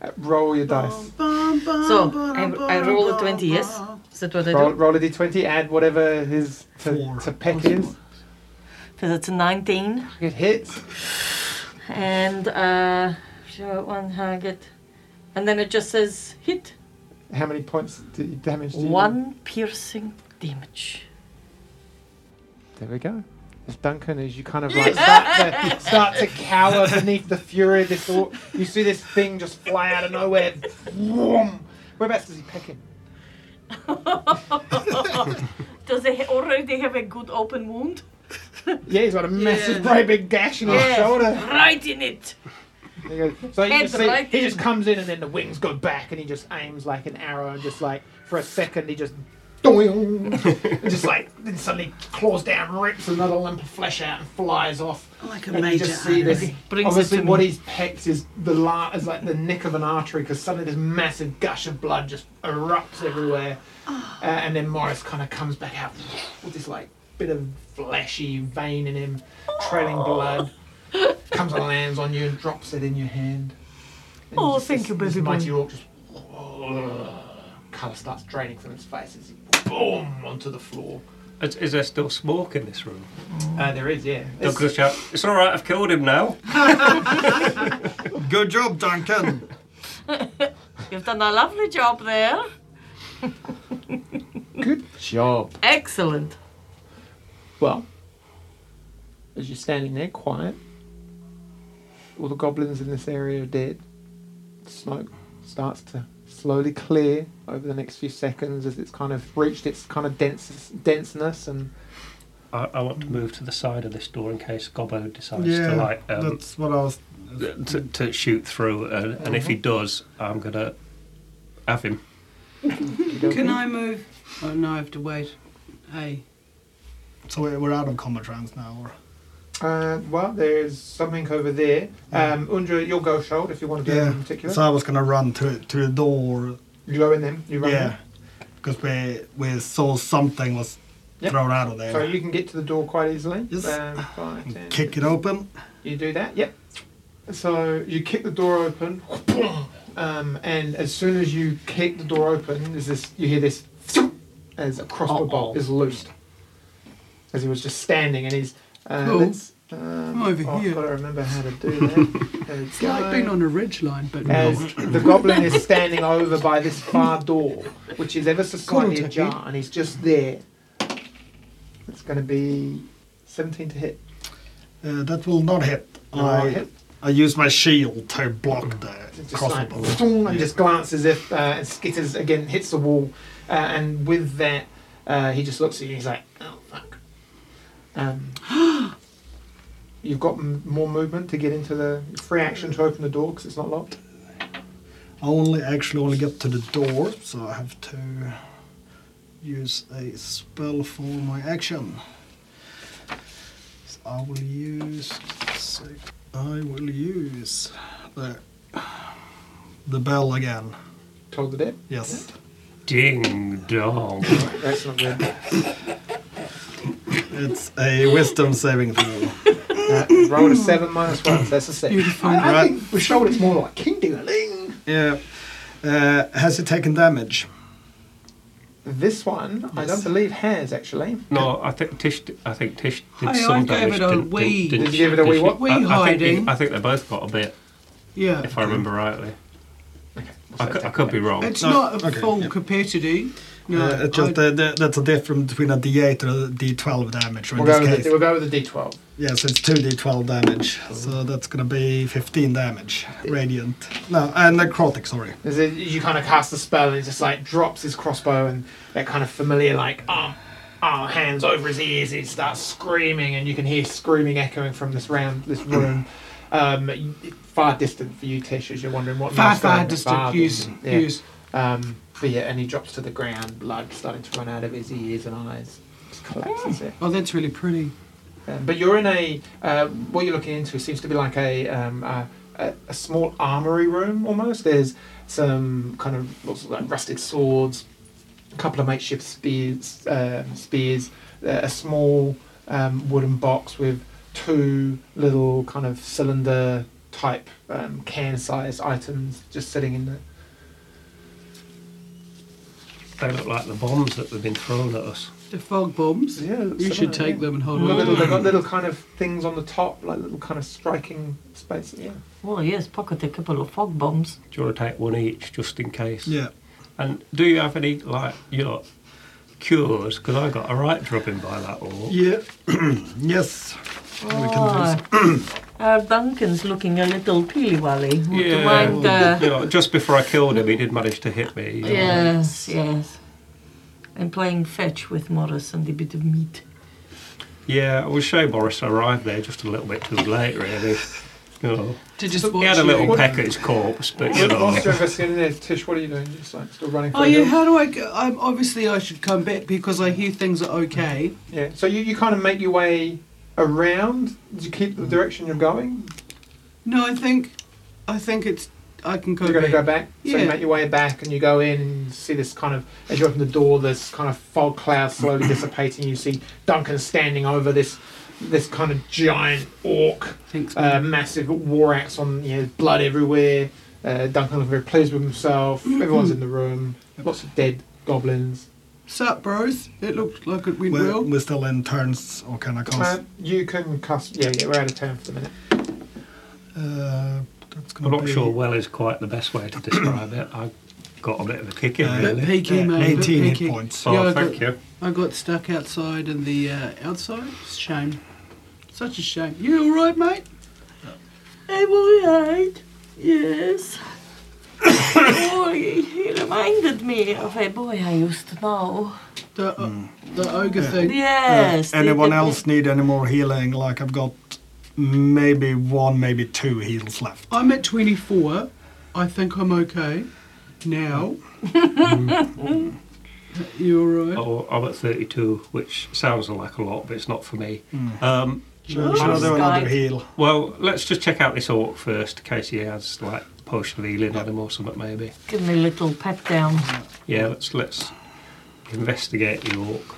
A: Uh, roll your dice.
C: So I, I roll a twenty. Yes. Is that what I
A: Roll,
C: do?
A: roll a d20, add whatever his to,
E: Four.
A: to peck is.
C: So that's a nineteen.
A: It hits.
C: And uh, show one target. And then it just says hit.
A: How many points do you damage do you
C: One piercing damage.
A: There we go. As Duncan, as you kind of like start to, start to cower beneath the fury of this, or- you see this thing just fly out of nowhere. Whoom. Whereabouts does he peck him?
C: Does it already have a good open wound?
A: Yeah, he's got a massive,
D: Yeah.
A: great big gash in his
C: Yeah.
A: shoulder.
C: Right in it.
A: He goes- So you
C: Head
A: just see,
C: right
A: he
C: in.
A: just comes in, and then the wings go back, and he just aims like an arrow, and just like for a second, he just. doing, and just like then suddenly claws down, rips another lump of flesh out, and flies off.
D: Like a
A: And you
D: major
A: just see this.
D: artery.
C: Brings it
A: Obviously,
C: to
A: what
C: me.
A: he's pecked is the la- is like the nick of an artery because suddenly this massive gush of blood just erupts everywhere,
D: Ah.
A: uh, and then Morris kind of comes back out with this like bit of fleshy vein in him, trailing blood. Comes and lands on you and drops it in your hand. And
C: Oh,
A: just
C: thank
A: this-
C: you,
A: this
C: baby boy.
A: Mighty orc just colour starts draining from its face as he boom onto the floor.
B: Is, is there still smoke in this room?
A: Uh, there is, yeah. It's-
B: Duncan's shout, it's all right, I've killed him now.
E: Good job, Duncan.
C: You've done a lovely job there.
A: Good job.
C: Excellent.
A: Well, as you're standing there quiet, all the goblins in this area are dead. Smoke starts to slowly clear over the next few seconds as it's kind of reached its kind of dense, denseness and
B: I, I want to move to the side of this door in case Gobbo decides
E: yeah,
B: to like um,
E: that's what I was.
B: to, to shoot through, and, and if he does, I'm gonna have him.
D: Can I move? Oh no, I have to wait. Hey.
E: So we're we're out of combat rounds now. Or,
A: Uh, well, there's something over there.
F: Mm.
A: Um, Undra, you'll go shoulder if you want to do it in particular.
E: So I was gonna run to to the door.
A: you go in them. You run.
E: yeah. Because we we saw something was
A: Yep.
E: thrown out of there.
A: Them. So you can get to the door quite easily.
E: Yes.
A: Um,
F: Ah,
A: five, ten,
E: Kick it open.
A: You do that, yep. So you kick the door open, Um, and as soon as you kick the door open, there's this you hear this as a
F: Oh,
A: crossbow bolt is loosed. As he was just standing, and he's. Uh,
F: Cool.
A: let's,
F: I'm
A: um,
F: over
A: oh,
F: here.
A: I've got to remember how to do that. There we
F: It's like
A: go.
F: being on a ridge line, but
A: As the goblin is standing over by this far door, which is ever so
F: Cool,
A: slightly
F: Jackie.
A: ajar, and he's just there. It's going to be 17 to hit.
E: Uh, that will not hit.
A: Alright,
E: I,
A: hit. Mm.
E: I use my shield to block the
A: It's just like,
E: crossbow.
A: boom, and just glances if uh, and skitters again, hits the wall, uh, and with that, uh, he just looks at you and he's like, "Oh fuck." Um, you've got m- more movement to get into the free action to open the door because it's not locked.
E: I only actually only get to the door, so I have to use a spell for my action. So I will use. so I will use the the bell again.
A: Told the dead.
E: Yes.
B: Ding dong.
A: That's not good.
E: It's a wisdom saving throw.
A: Right, roll a Uh, seven minus one. So that's a six.
F: Beautiful.
A: I, I
E: Right.
A: think with shoulder it's more like king ding a ling.
E: Yeah. Uh, has it taken damage?
A: This one I
E: Yes.
A: don't believe has actually.
B: No, I think Tish. d- I think Tish did
F: Hey, I
B: some
F: gave
B: damage.
F: it a
B: didn't-
F: wee-
B: didn't
A: Did you give it a wee
B: she?
A: what?
F: Wee
B: I- I, think,
F: hiding.
B: I think they both got a bit,
F: yeah.
B: if I remember rightly. I
A: So
B: could, I could be wrong.
F: It's
E: No,
F: not a
E: okay,
F: full
E: yeah.
F: capacity. No,
E: Uh, it just
F: I-
E: uh, th- that's a difference between a D8 or a D12 damage. or in
A: We'll
E: this
A: go, with
E: case,
A: the, we'll go with the D12.
E: Yes, it's two d12 damage, so that's gonna be 15 damage, radiant. No, and necrotic. Sorry.
A: There's a, you kind of cast the spell and it just like drops his crossbow and that kind of familiar like arm, arm hands over his ears. He starts screaming and you can hear screaming echoing from this round this
F: Hmm.
A: room. Um, far distant for you, Tish, as you're wondering what.
F: far,
A: noise going
F: far
A: on.
F: distant. Use,
A: yeah.
F: use.
A: Um, but yeah, and he drops to the ground, blood starting to run out of his ears and eyes. Just collapses it.
F: Oh, that's really pretty.
A: Um, but you're in a uh, what you're looking into seems to be like a, um, a a a small armory room almost. There's some kind of lots of like rusted swords, a couple of makeshift spears, uh, spears, uh, a small um, wooden box with two little kind of cylinder type um, can-sized items just sitting in there.
B: They look like the bombs that have been thrown at us.
F: The fog bombs.
A: Yeah, it looks
F: You should
A: similar,
F: take
A: yeah.
F: them and hold
D: Mm.
A: They've
F: on.
A: got little, they've got little kind of things on the top, like little kind of striking space. Yeah.
C: Well, Oh, yes, pocket a couple of fog bombs.
B: Do you want to take one each just in case?
E: Yeah.
B: And do you have any, like, you know, cures? Because I got a right drubbing by that orc.
E: Yeah. yes.
C: Ah, uh, Duncan's looking a little peely-wally. Would you
B: Yeah.
C: mind? Uh,
B: You know, just before I killed him, he did manage to hit me. you know.
C: yes, yes. And playing fetch with Morris and a bit of meat.
B: Yeah, I was shame Morris arrived there just a little bit too late, really. You know,
F: To just
B: he
F: watch
B: had a little
F: you.
B: peck at his corpse, but you
A: What-
B: know.
A: Whilst you're investigating there, Tish, what are you doing? You're just like still running.
F: Oh
A: through
F: yeah,
A: the-
F: how do I? Go? I'm obviously I should come back because I hear things are okay.
A: yeah. So you, you kind of make your way around. Do you keep the direction you're going?
F: No, I think, I think it's I can go
A: you're going to
F: back.
A: go back. So you
F: Yeah.
A: make your way back, and you go in and you see this kind of as you open the door, this kind of fog cloud slowly dissipating. You see Duncan standing over this this kind of giant orc,
F: Thanks.
A: uh,
F: man.
A: massive war axe on. You know, blood everywhere. Uh, Duncan looking very pleased with himself. Everyone's in the room. Lots of dead goblins.
F: Sup, bros? It looked like it went
E: We're,
F: well.
E: we're still in turns, or can I cast?
A: Uh, you can cast. Yeah, yeah, we're out of town for the minute.
E: Uh, that's
B: I'm
E: gonna
B: not
E: be
B: sure well is quite the best way to describe it. I got a bit of a kick in,
E: Uh,
F: Bit
B: really.
F: peaky, mate. bit
E: 18 hit
F: peaky.
E: points.
B: Oh,
F: Yeah, I
B: thank
F: got-
B: you.
F: I got stuck outside in the uh, outside. It's a shame. Such a shame. You all right, mate?
C: I'm alright. Yes. oh, he he reminded me of a boy I used to know.
F: The uh, the ogre
E: Hmm. Yeah.
F: thing.
C: Yes.
E: Uh,
C: the-
E: anyone
C: the-
E: else need any more healing? Like I've got maybe one, maybe two heals left.
F: I'm at 24. I think I'm okay now.
E: Hmm.
F: you all right?
B: Oh, I'm at 32, which sounds like a lot, but it's not for me.
E: Mm.
B: Um,
E: Should, should I do another
C: Guys.
E: heal?
B: well, let's just check out this orc first, in case he has like potion of healing on him or something, maybe.
C: Give me a little pat down.
B: Yeah, let's let's investigate the orc.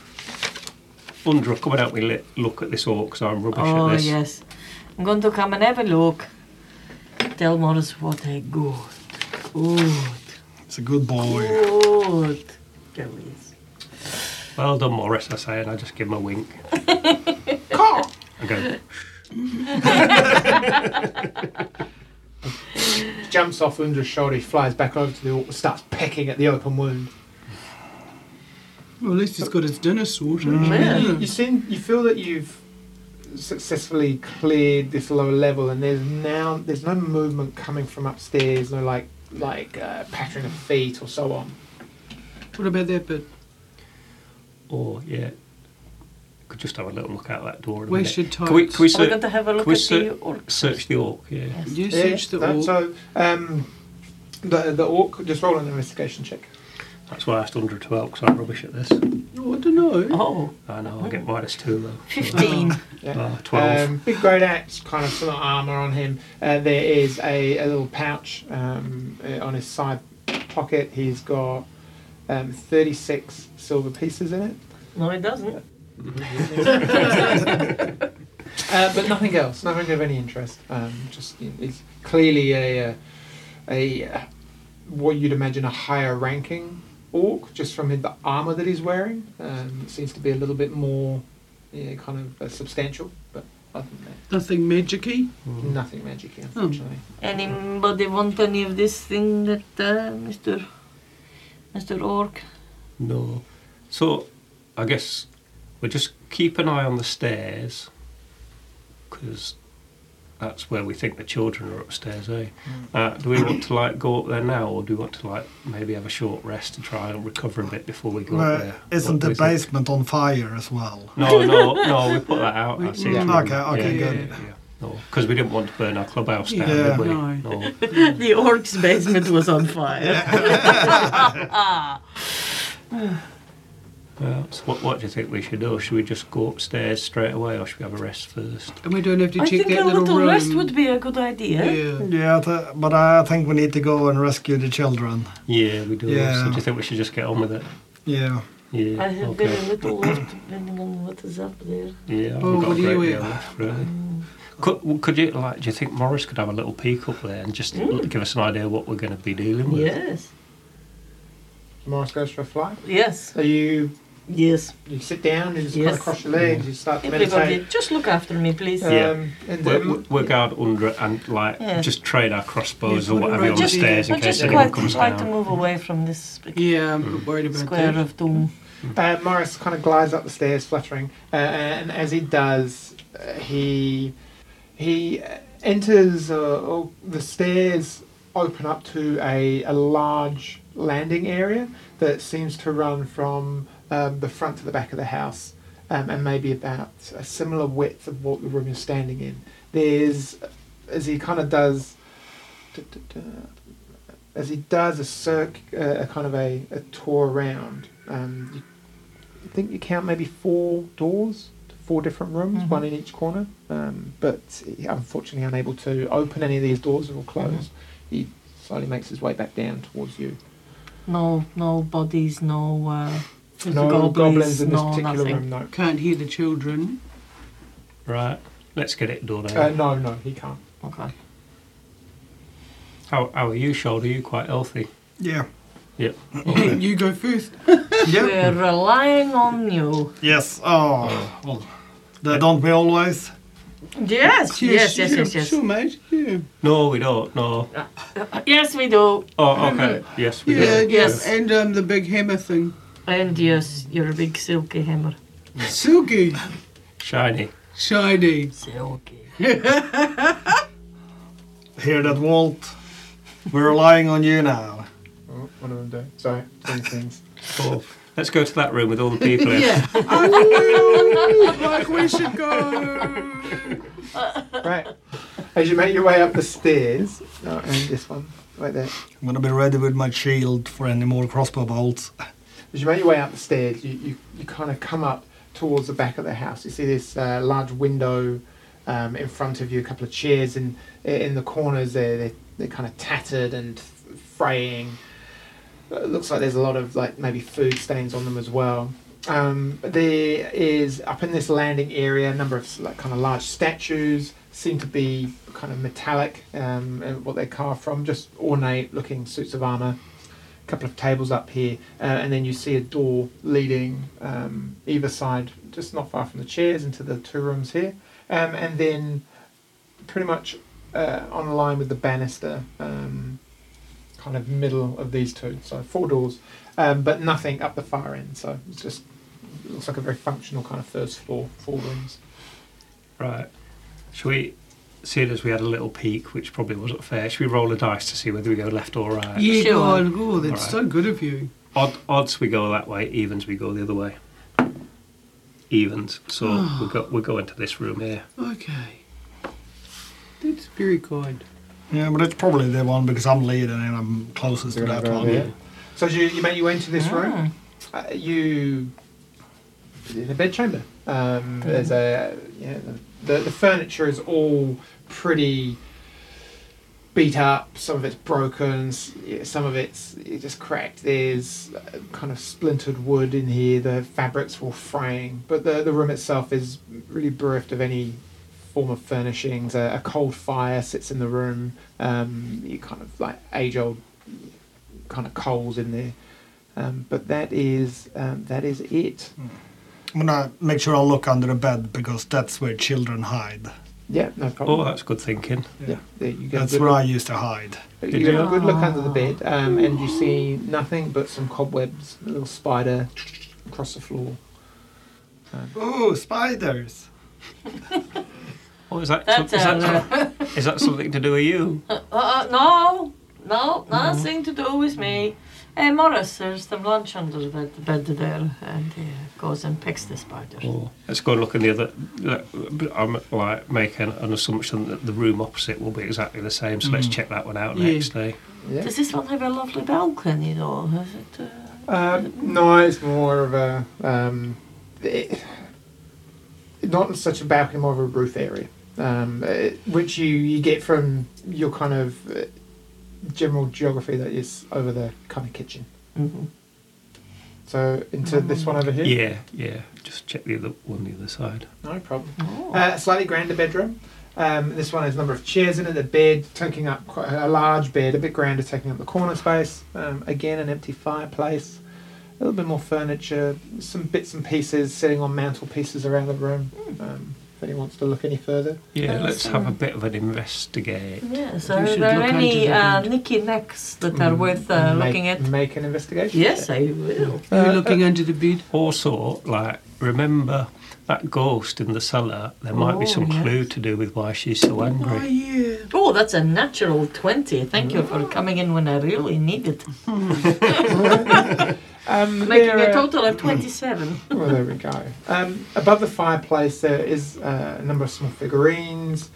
B: Undra, come and help me li- look at this orc, 'cause I'm rubbish
C: Oh,
B: at this.
C: yes. I'm going to come and have a look. Tell Morris what I got. Good.
E: He's a good boy.
C: Good. There he is.
B: Well done, Morris, I say, and I just give him a wink. I go,
A: Jumps off Undra's shoulder, he flies back over to the orc, starts pecking at the open wound.
F: Well, at least he's got his dinner sorted.
C: Mm.
A: You, you seem, you feel that you've successfully cleared this lower level, and there's now there's no movement coming from upstairs, no like like uh, pattering of feet or so on.
F: What about that bit?
B: oh, yeah. Could just have a little look out that door. in a
F: We
B: minute.
F: should
B: Can we,
F: type-
B: can we
C: Are we
B: search,
C: going to have a look
B: we
C: at
B: sit-
C: the orc?
B: search the orc? Yeah.
F: You
A: Yeah,
F: search the
A: that-
F: orc.
A: So um, the the orc just roll an investigation check.
B: That's why I asked 100 to help, because I'm rubbish at this.
F: Oh, I don't know.
C: Oh,
B: I know, I get minus two, though.
C: 15.
A: Yeah.
B: Oh, 12.
A: Um, big great axe, kind of some armor on him. Uh, there is a, a little pouch um, uh, on his side pocket. He's got um, 36 silver pieces in it,
C: no, it doesn't.
A: uh, but nothing else, nothing of any interest. Um, just you know, he's clearly a, uh, a uh, what you'd imagine a higher ranking orc, just from the armor that he's wearing. Um, it seems to be a little bit more yeah, kind of uh, substantial, but other than that,
F: Nothing magicy.
A: nothing magic, unfortunately.
C: Anybody want any of this thing that uh, Mr. Mr. Orc?
B: No. So, I guess we just keep an eye on the stairs because that's where we think the children are upstairs, eh? Uh, do we want to like go up there now, or do we want to like maybe have a short rest to try and recover a bit before we go
E: Well,
B: up there?
E: isn't
B: What do
E: the
B: we think?
E: basement on fire as well?
B: No, no, no. We put that out. I see.
A: Yeah.
E: Okay, okay,
B: yeah,
E: good.
B: Yeah, yeah. No, because we didn't want to burn our clubhouse down, did
E: Yeah.
B: we?
F: No.
B: no.
C: the orc's basement was on fire.
B: Uh, so what, what do you think we should do? Should we just go upstairs straight away, or should we have a rest first?
F: And we don't have to
C: I
F: check
C: think
F: that
C: a
F: little,
C: little
F: room.
C: rest would be a good idea.
F: yeah.
E: Yeah, th- but I think we need to go and rescue the children.
B: Yeah, we do.
E: Yeah.
B: So do you think we should just get on with it?
E: Yeah.
B: Yeah.
C: I have
B: okay.
C: very little left depending on what is up there.
B: Yeah. I've
F: Oh,
B: got
F: what
B: a
F: do you
B: great
F: eat?
B: deal left, really. Could, well, could you like? Do you think Morris could have a little peek up there and just
C: Mm.
B: l- give us an idea what we're going to be dealing with?
C: Yes.
A: Morris goes for a fly.
C: Yes.
A: So you
C: Yes.
A: You sit down, you just kind
C: Yes.
A: of cross your legs, you start to
C: Everybody,
A: meditate.
C: just look after me, please.
A: Um,
B: Yeah.
A: and,
B: We're,
A: um,
B: we're- we're guard under it and like
C: Yeah.
B: just trade our crossbows
F: Yeah,
B: or
F: put it
B: whatever
F: right
B: on the
F: to the-
B: stairs in
C: But
B: case
C: just
B: anyone
C: quite,
B: comes
C: quite to
B: down.
C: move away from this big
F: Yeah, I'm a bit worried about
C: square
F: that.
C: of doom.
A: uh, Morris kind of glides up the stairs, fluttering, uh, and as he does, uh, he he uh, enters. Uh, oh, the stairs open up to a, a large landing area that seems to run from um, the front to the back of the house, um, and maybe about a similar width of what the room you're standing in. There's as he kind of does. as he does a circ, uh, a kind of a, a tour around, um, you, I think you count maybe four doors, to four different rooms,
C: Mhm.
A: one in each corner. Um, but he- unfortunately, unable to open any of these doors; they're all closed. He slowly makes his way back down towards you.
C: No, no bodies, no, uh,
A: No goblins, in this
C: no
A: particular
C: nothing.
A: room. No,
F: Can't hear the children.
B: Right. Let's get it done. eh?
F: Um,
A: uh, no, no, he can't.
C: Okay.
B: how, how are you, Shoulder? Are you quite healthy?
E: Yeah.
B: Yep.
F: you go first.
E: Yeah.
C: We're relying on you.
E: Yes. Oh. Well, they don't we always?
C: Yes, yes, yes, yes, yes.
F: Sure, mate. Yeah.
B: No, we don't. No.
C: Yes, we do.
B: Oh, okay. Yes, we
F: Yeah,
B: do.
F: yes.
C: Yes.
F: And um, the big hammer thing.
C: And yes, you're a big silky hammer.
F: Silky.
B: Shiny.
F: Shiny.
C: Silky.
E: Hear that, Walt? We're relying on you now.
A: Oh, what am I doing? Sorry, doing things.
B: Oh, let's go to that room with all the people in.
F: Yeah. Oh, like we should go.
A: right. As you make your way up the stairs, no, and this one, right there.
E: I'm gonna be ready with my shield for any more crossbow bolts.
A: As you make your way up the stairs, you, you, you kind of come up towards the back of the house. You see this uh, large window um, in front of you, a couple of chairs in, in the corners. They're, they're, they're kind of tattered and f- fraying. It looks like there's a lot of like maybe food stains on them as well. Um, there is up in this landing area a number of like kind of large statues, seem to be kind of metallic, um, uh, what they're carved from, just ornate looking suits of armour. A couple of tables up here, uh, and then you see a door leading um, either side, just not far from the chairs, into the two rooms here. Um, and then pretty much uh, on a line with the banister, um, kind of middle of these two. So four doors, um, but nothing up the far end. So it's just looks like a very functional kind of first floor, four rooms.
B: Right. Should we, seeing as we had a little peek, which probably wasn't fair, should we roll a dice to see whether we go left or right?
F: Yeah,
C: Sure.
F: God, oh, that's
B: Alright.
F: so good of you.
B: Odd, odds we go that way, evens we go the other way. Evens. So we'll go, we'll go into this room here.
F: Okay. That's very kind.
E: Yeah, but it's probably the one because I'm leading and I'm closest to that one.
A: So as you you, make- you enter
C: Ah.
A: this room, uh, you in a bedchamber. Um, There's a yeah, the, the furniture is all pretty beat up. Some of it's broken. s- yeah, Some of it's it's just cracked. There's uh, kind of splintered wood in here. The fabrics all fraying, but the the room itself is really bereft of any form of furnishings. A, a cold fire sits in the room. Um, you kind of like age old kind of coals in there. Um, but that is um, that is it.
E: I'm gonna make sure I look under the bed because that's where children hide.
A: Yeah, no problem.
B: Oh, that's good thinking.
A: yeah, there you go.
E: That's
A: good
E: where I
A: look,
E: used to hide.
A: you
B: Did
A: get
B: you?
A: a good look under the bed, um, and you see nothing but some cobwebs, a little spider across the floor.
E: Oh, spiders!
B: Oh, is that,
C: That's
B: is,
C: out
B: that is that something to do with you?
C: Uh, no, no, nothing to do with me. Hey, Morris, there's some lunch under the bed, the bed there, and he goes and picks the spider.
B: Oh, let's go and look in the other. but I'm like making an assumption that the room opposite will be exactly the same, so let's check that one out
F: Yeah.
B: next day.
A: Yeah.
C: Does this one have a lovely balcony, though? Has it, uh,
A: Um, no, it's more of a um, it, not such a balcony, more of a roof area, um, eh, which you, you get from your kind of uh, general geography that is over the kind of kitchen. Mm-hmm.
C: mhm.
A: So into this one over here.
B: Yeah, yeah. Just check the other one the other side.
A: No problem.
C: Oh.
A: Uh, slightly grander bedroom. Um, this one has a number of chairs in it, a bed taking up quite a large bed, a bit grander taking up the corner space. Um, again, an empty fireplace, a little bit more furniture, some bits and pieces sitting on mantelpieces around the room. Um, if anyone wants to look any further,
B: Yeah,
C: That's
B: let's have a bit of an investigate.
C: Yes,
F: You
C: are
F: should
C: there
F: look
C: any
F: into that
C: uh,
F: and-
C: nicky necks that are worth uh,
A: make,
C: looking at?
A: make an investigation.
C: Yes, I will.
F: You're looking under the bed.
B: Also, like, remember that ghost in the cellar? There might be
C: Oh,
B: some
C: yes.
B: clue to do with why she's so
F: Oh,
B: angry.
F: yeah.
C: Oh, that's a natural 20. Thank you for coming in when I really need it.
A: Um,
C: Making
A: there
C: a
A: are-
C: total of 27.
A: well, there we go. Um, above the fireplace, there is uh, a number of small figurines,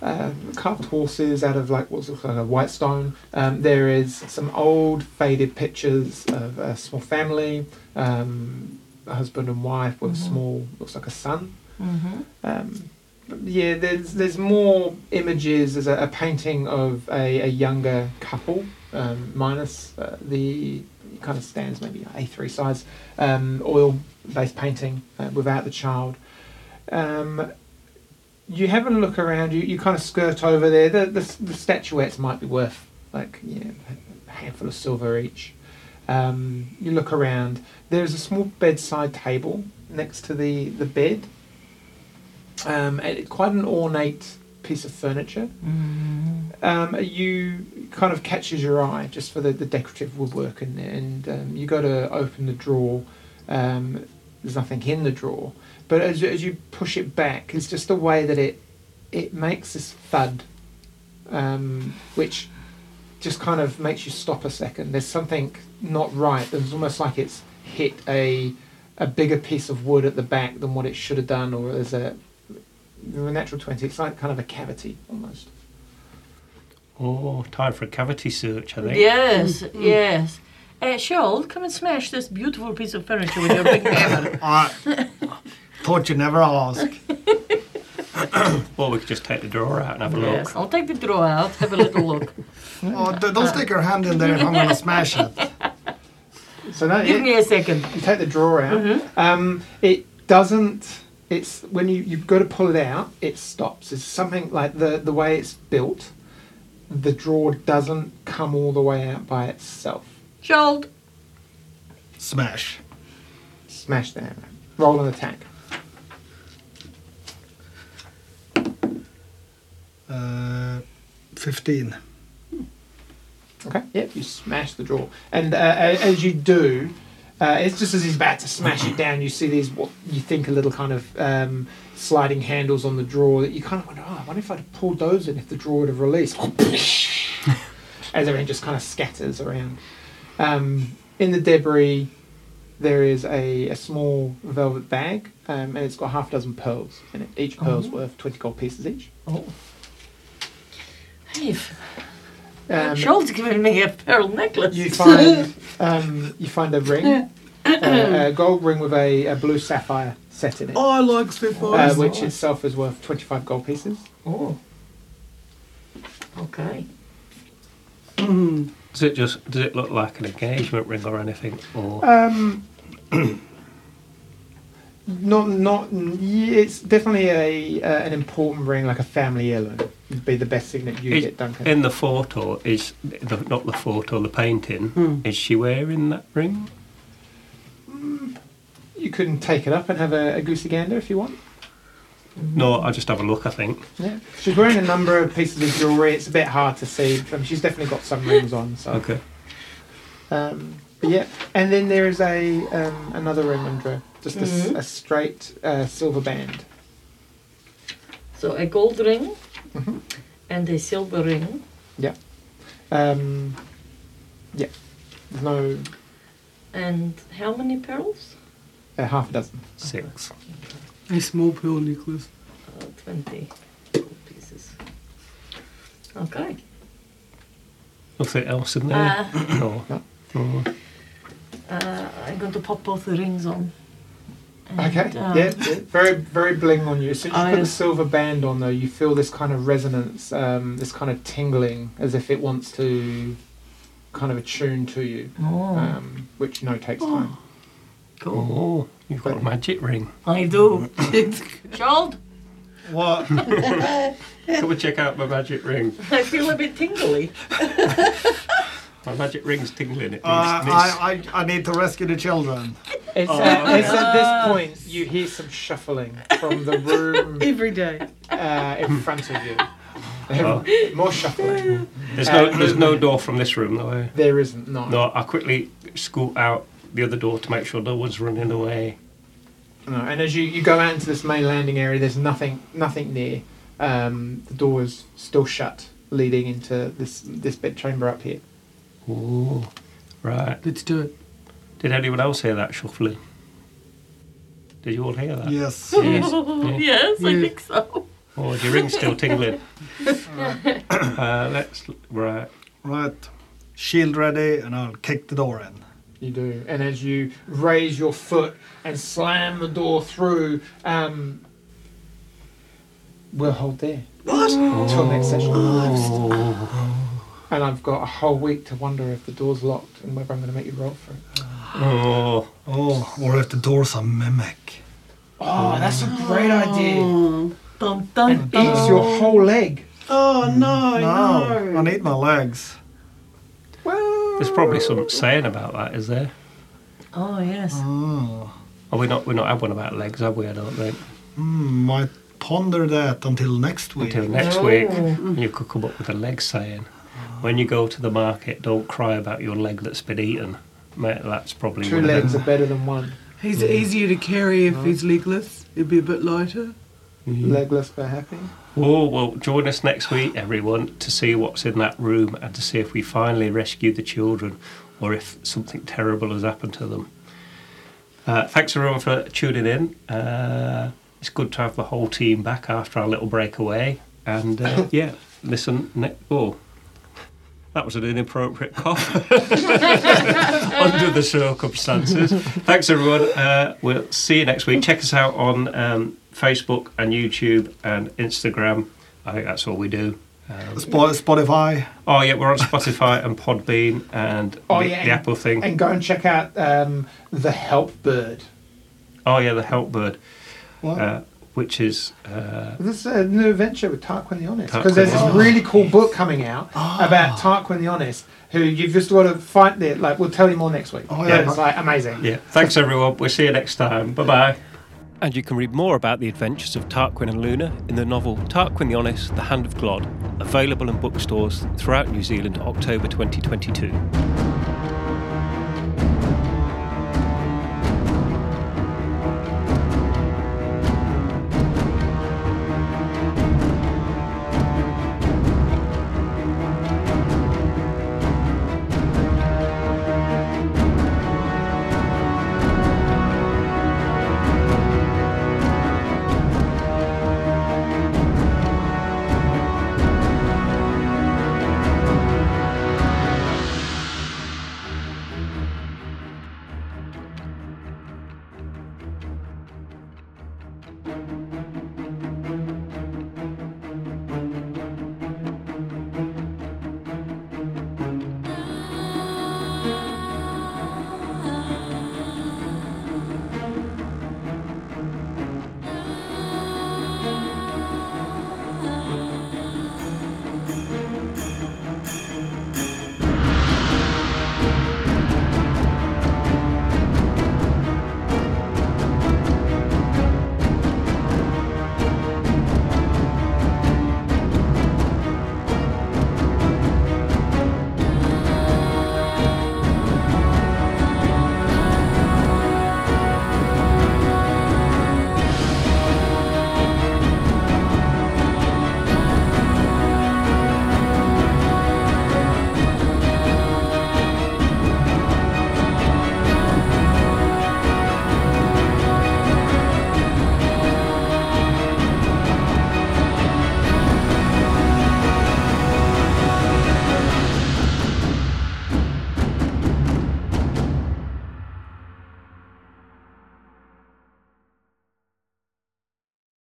A: uh, carved horses out of like what looks like a white stone. Um, there is some old, faded pictures of a small family, um, a husband and wife with a small, looks like a son.
C: hmm
A: Um, but yeah, there's there's more images. There's a, a painting of a, a younger couple, um, minus uh, the it kind of stands maybe A3 size um, oil-based painting uh, without the child. Um, you have a look around. You, you kind of skirt over there. The, the the statuettes might be worth like you know, a handful of silver each. Um, you look around. There is a small bedside table next to the the bed um, and it- quite an ornate piece of furniture. Um, you kind of catches your eye just for the, the decorative woodwork in there, and um, you go to open the drawer. Um, there's nothing in the drawer, but as, you- as you push it back, it's just the way that it it makes this thud, um, which just kind of makes you stop a second. There's something not right. There's almost like it's hit a a bigger piece of wood at the back than what it should have done, or there's a with a natural 20, it's like kind of a cavity almost.
B: Oh, time for a cavity search, I think.
C: Yes,
A: Mm-hmm.
C: yes. Uh, Sheol, come and smash this beautiful piece of furniture with your big hammer.
E: I thought you never ask.
B: Well, we could just take the drawer out and have a
C: yes,
B: look.
C: I'll take the drawer out, have a little look.
E: Oh, d- don't stick your hand in there if I'm gonna smash it.
A: So that
C: Give
A: it,
C: me a second.
A: you take the drawer out. Um, it doesn't it's when you, you go to pull it out, it stops. It's something like the, the way it's built, the drawer doesn't come all the way out by itself.
C: Jolt.
E: Smash.
A: Smash the hammer. Roll an attack.
E: Uh, 15.
A: Okay. Yep. You smash the drawer, and uh, a- as you do, uh, it's just as he's about to smash it down, you see these what you think are little kind of um, sliding handles on the drawer that you kind of wonder, oh, I wonder if I'd have pulled those in if the drawer would have released. as everything just kind of scatters around. Um, in the debris, there is a, a small velvet bag, um, and it's got half a dozen pearls in it. Each pearl's worth twenty gold pieces each.
C: Oh. Hey,
A: Um,
C: Jolt's giving me a pearl necklace.
A: You find um, you find a ring, uh, a gold ring with a, a blue sapphire set
E: Oh,
A: in it,
F: I like Spitfires.
A: uh, which itself is worth twenty five gold pieces.
C: Oh. Okay.
B: Does it just does it look like an engagement ring or anything? Or
C: Uh,
A: Um, not not yeah, it's definitely a uh, an important ring, like a family heirloom. Would be the best signet you
B: Is-
A: get, Duncan.
B: in the photo is the, not the photo, the painting.
C: Hmm.
B: Is she wearing that ring?
A: you can take it up and have a, a goosey gander if you want.
B: No, I'll just have a look. I think.
A: Yeah, she's wearing a number of pieces of jewelry. It's a bit hard to see. Um, she's definitely got some rings on. So
B: Okay.
A: Um, but yeah, and then there is a um, another ring under just a, s-
C: Mhm.
A: a straight uh, silver band.
C: So a gold ring
A: Mhm.
C: and a silver ring.
A: Um, yeah, there's no
C: And how many pearls?
A: uh, half a dozen.
B: Six.
F: A small pearl necklace.
C: Uh, 20 gold pieces. Okay.
B: Nothing else in there.
C: Uh,
B: no.
A: No.
B: No.
C: uh, I'm going to pop both the rings on. And,
A: Okay,
C: uh,
A: yeah, yeah, very very bling on you. So you
C: I-
A: put the silver band on though, you feel this kind of resonance, um, this kind of tingling, as if it wants to kind of attune to you,
C: Oh,
A: um, which you know takes time.
C: cool.
B: Oh, you've got a magic ring.
C: I do. Jolt,
B: What? Come and check out my magic ring.
C: I feel a bit tingly.
B: My magic ring's tingling. It needs,
E: Uh,
B: needs-
E: I, I, I need to rescue the children.
A: It's,
C: Oh,
A: at, it's at this point you hear some shuffling from the room
F: Every day.
A: uh, in front of you.
B: Oh.
A: More shuffling.
B: There's no
A: Uh,
B: there's no
E: um,
B: door from this room though. eh?
A: There isn't, no.
B: No, I quickly scoot out the other door to make sure no one's running away.
A: No, And as you, you go out into this main landing area, there's nothing nothing near. Um, the door is still shut, leading into this this bed chamber up here.
B: Ooh. Right.
F: Let's do it.
B: Did anyone else hear that shuffling? Did you all hear that?
E: Yes.
B: Yes.
C: yes, I
F: Yeah.
C: think so.
B: Oh, is your ring still tingling? uh, let's right.
E: Right. Shield ready, and I'll kick the door in.
A: You do. And as you raise your foot and slam the door through, um, we'll hold there. What? Until next session. And I've got a whole week to wonder if the door's locked and whether I'm going to make you roll for it.
B: Oh,
E: Oh, or if the door's a mimic.
A: Oh, that's a great idea.
B: Oh.
C: Dun, dun,
A: And eats your whole leg.
F: Oh no,
E: Mm, no, I need my legs.
A: Well,
B: there's probably some saying about that, is there?
C: Oh, yes.
E: Oh.
B: Are we not? We're not had one about legs, have we? I don't think.
E: Hmm, might ponder that until next week.
B: Until next week, you could come up with a leg saying. When you go to the market, don't cry about your leg that's been eaten. Mate, that's probably
A: two
B: one of them.
A: legs are better than one.
F: He's easier to carry if he's legless. It'd be a bit lighter.
B: Mm-hmm.
A: Legless but happy.
B: Oh, well, join us next week, everyone, to see what's in that room and to see if we finally rescue the children or if something terrible has happened to them. Uh, thanks, everyone, for tuning in. Uh, it's good to have the whole team back after our little breakaway. And uh, yeah, listen. Ne- oh, that was an inappropriate cough under the circumstances. Thanks, everyone. Uh, we'll see you next week. Check us out on um, Facebook and YouTube and Instagram. I think that's all we do. Um,
E: Spo- Spotify.
B: oh, yeah, we're on Spotify and Podbean and
A: Oh,
B: the,
A: yeah,
B: the Apple thing.
A: And go and check out um, the Help Bird.
B: oh, yeah, the Help Bird.
E: What?
B: uh, which is uh,
A: This is a new adventure with Tarquin the Honest because
B: Tarquin
A: there's
B: the
A: this
B: Honest. Ah.
A: really cool book coming out about Tarquin the Honest, who you've just got to find. There, like we'll tell you more next week.
E: Oh,
A: yeah,
E: yeah.
A: it's like amazing.
B: Yeah. Thanks, everyone. We'll see you next time. Bye bye. And you can read more about the adventures of Tarquin and Luna in the novel Tarquin the Honest, The Hand of Glod, available in bookstores throughout New Zealand October 2022.